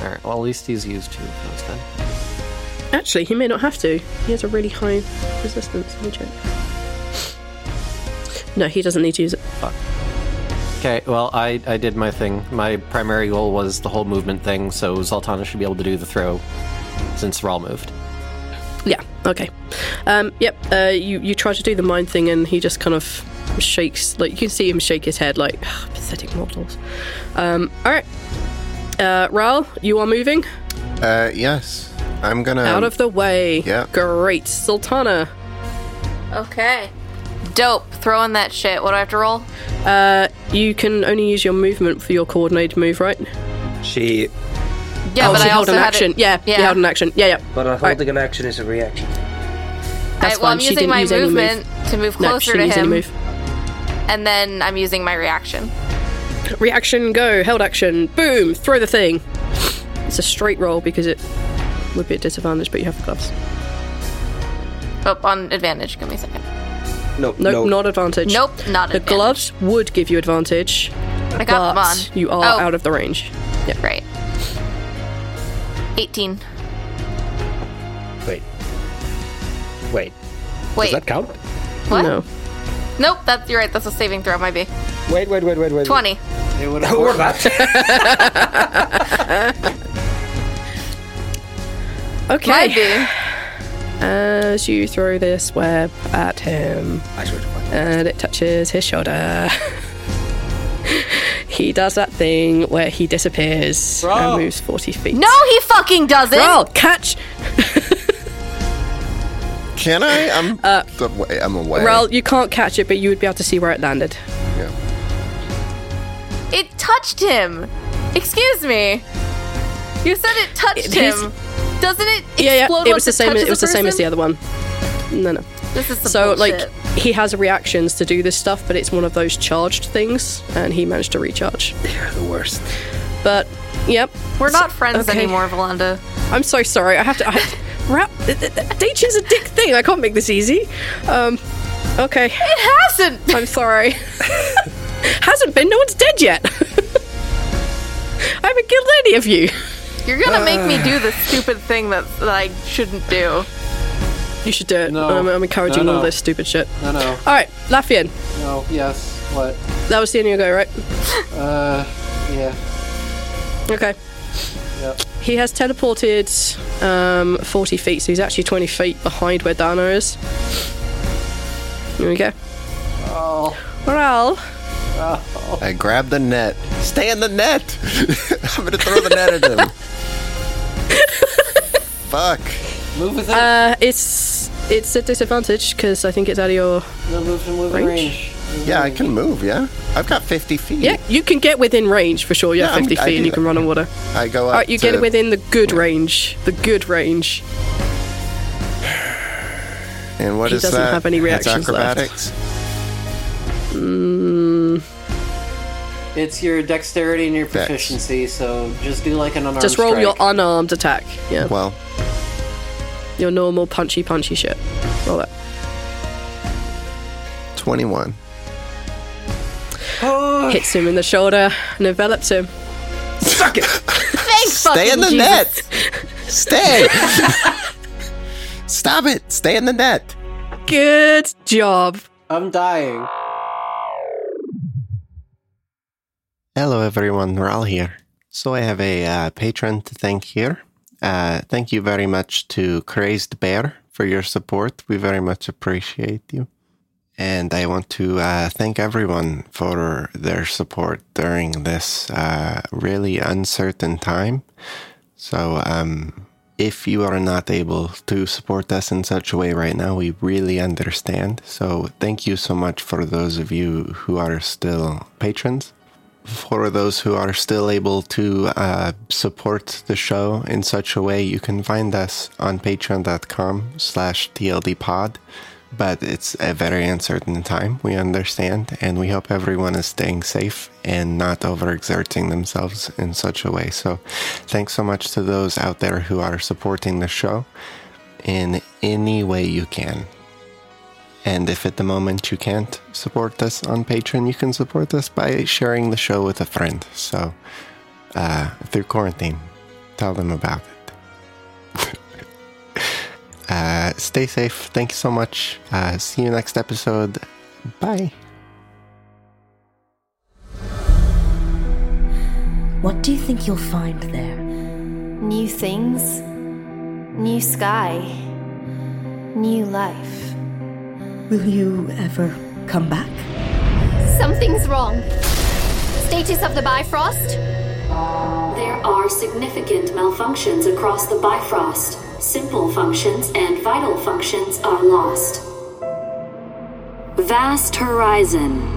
all right. Well, at least he's used two of those then. Actually, he may not have to. He has a really high resistance. Let me check. No, he doesn't need to use it. Okay, well, I, I did my thing. My primary goal was the whole movement thing, so Zoltana should be able to do the throw since Rawl moved. Yeah. Okay. Um, yep. Uh, you you try to do the mind thing, and he just kind of shakes. Like you can see him shake his head, like [sighs] pathetic mortals. Um, all right. Uh, Ral, you are moving Uh, yes. I'm gonna. out of the way. Um, yeah. Great, Sultana. Okay. Dope. Throw in that shit. What do I have to roll? Uh, you can only use your movement for your coordinated move, right? She. Yeah, Oh, but she I held also an had action. It, Yeah, yeah, you held an action. Yeah, yeah. But a All right. holding an action is a reaction. I, That's well, I'm fine. She using didn't my use any move. movement to move No, closer to she didn't use any him, move. and then I'm using my reaction. Reaction, go. Held action. Boom. Throw the thing. It's a straight roll because it would be at disadvantage, but you have gloves. Up Oh, on advantage. Give me a second. Nope. Nope, not advantage. Nope, not The advantage. gloves would give you advantage. I got them but on. You are Oh. out of the range. Yeah. Right. 18. Wait. Wait. Wait. Does that count? What? No. Nope. That's you're right. That's a saving throw. Might be Wait, wait, wait, wait, wait. 20. [laughs] or that. Okay. Might be. As you throw this web at him, I swear to God. and it touches his shoulder. [laughs] he does that thing where he disappears and moves 40 feet. No, he fucking doesn't. Roll, [laughs] catch! Can I? [laughs] I'm. Uh, I'm away. Well, you can't catch it, but you would be able to see where it landed. Yeah. It touched him. Excuse me. You said it touched It- he's- him. Doesn't it explode yeah, yeah. It was once the same. touches It was a the same as the person? other one. No, no. This is some so bullshit. like he has reactions to do this stuff but it's one of those charged things and he managed [laughs] to recharge You're the worst. but yep we're not So- friends okay. anymore, Valanda. i'm so sorry i have to I, [laughs] rap dachin's a dick thing i can't make this easy um okay It hasn't. i'm sorry hasn't been no one's dead yet i haven't killed any of you [laughs] You're gonna make me do the stupid thing that, that I shouldn't do. you should do it No. i'm, I'm encouraging No, all no. this stupid shit No, no, all right lafian no. Yes. What? that was the end of your go right Uh, yeah. Okay. Yep. He has teleported um, 40 feet, so he's actually 20 feet behind where Dana is. There we go. Oh, Well, I grab the net. Stay in the net. [laughs] I'm gonna throw the net at [laughs] him. Fuck. move with it. uh, it's it's a disadvantage because I think it's out of your. no, move to move range? range. range. Yeah, I can move. Yeah, I've got 50 feet. Yeah, you can get within range for sure. Yeah, Yeah, I'm- 50 I feet do and you that. can run on water. I go up. Alright, you to, get it within the good range. The good range. And what He is doesn't that? have any That's reactions left. acrobatics. It's your dexterity and your Dex. proficiency, so just do like an unarmed Just roll strike. your unarmed attack. Yeah, Well, your normal punchy, punchy shit. Roll it. 21. Hits him in the shoulder and envelops him. [laughs] Thank Stay in the fucking Jesus. net. [laughs] Stay. [laughs] Stop it. Stay in the net. Good job. I'm dying. Hello, everyone. Ral here. So I have a uh, patron to thank here. Uh, thank you very much to Crazed Bear for your support. We very much appreciate you. And I want to uh, thank everyone for their support during this uh, really uncertain time. So, um, if you are not able to support us in such a way right now, we really understand. So, thank you so much for those of you who are still patrons. For those who are still able to uh, support the show in such a way, you can find us on patreon.com slash tldpod. But it's a very uncertain time, we understand, and we hope everyone is staying safe and not overexerting themselves in such a way. So, thanks so much to those out there who are supporting the show in any way you can. And if at the moment you can't support us on Patreon, you can support us by sharing the show with a friend. So, uh, through quarantine, tell them about it. [laughs] uh, stay safe. Thank you so much. Uh, see you next episode. Bye. What do you think you'll find there? New things, new sky, new life. Will you ever come back? Something's wrong. Stages of the Bifrost? There are significant malfunctions across the Bifrost. Simple functions and vital functions are lost. Vast Horizon.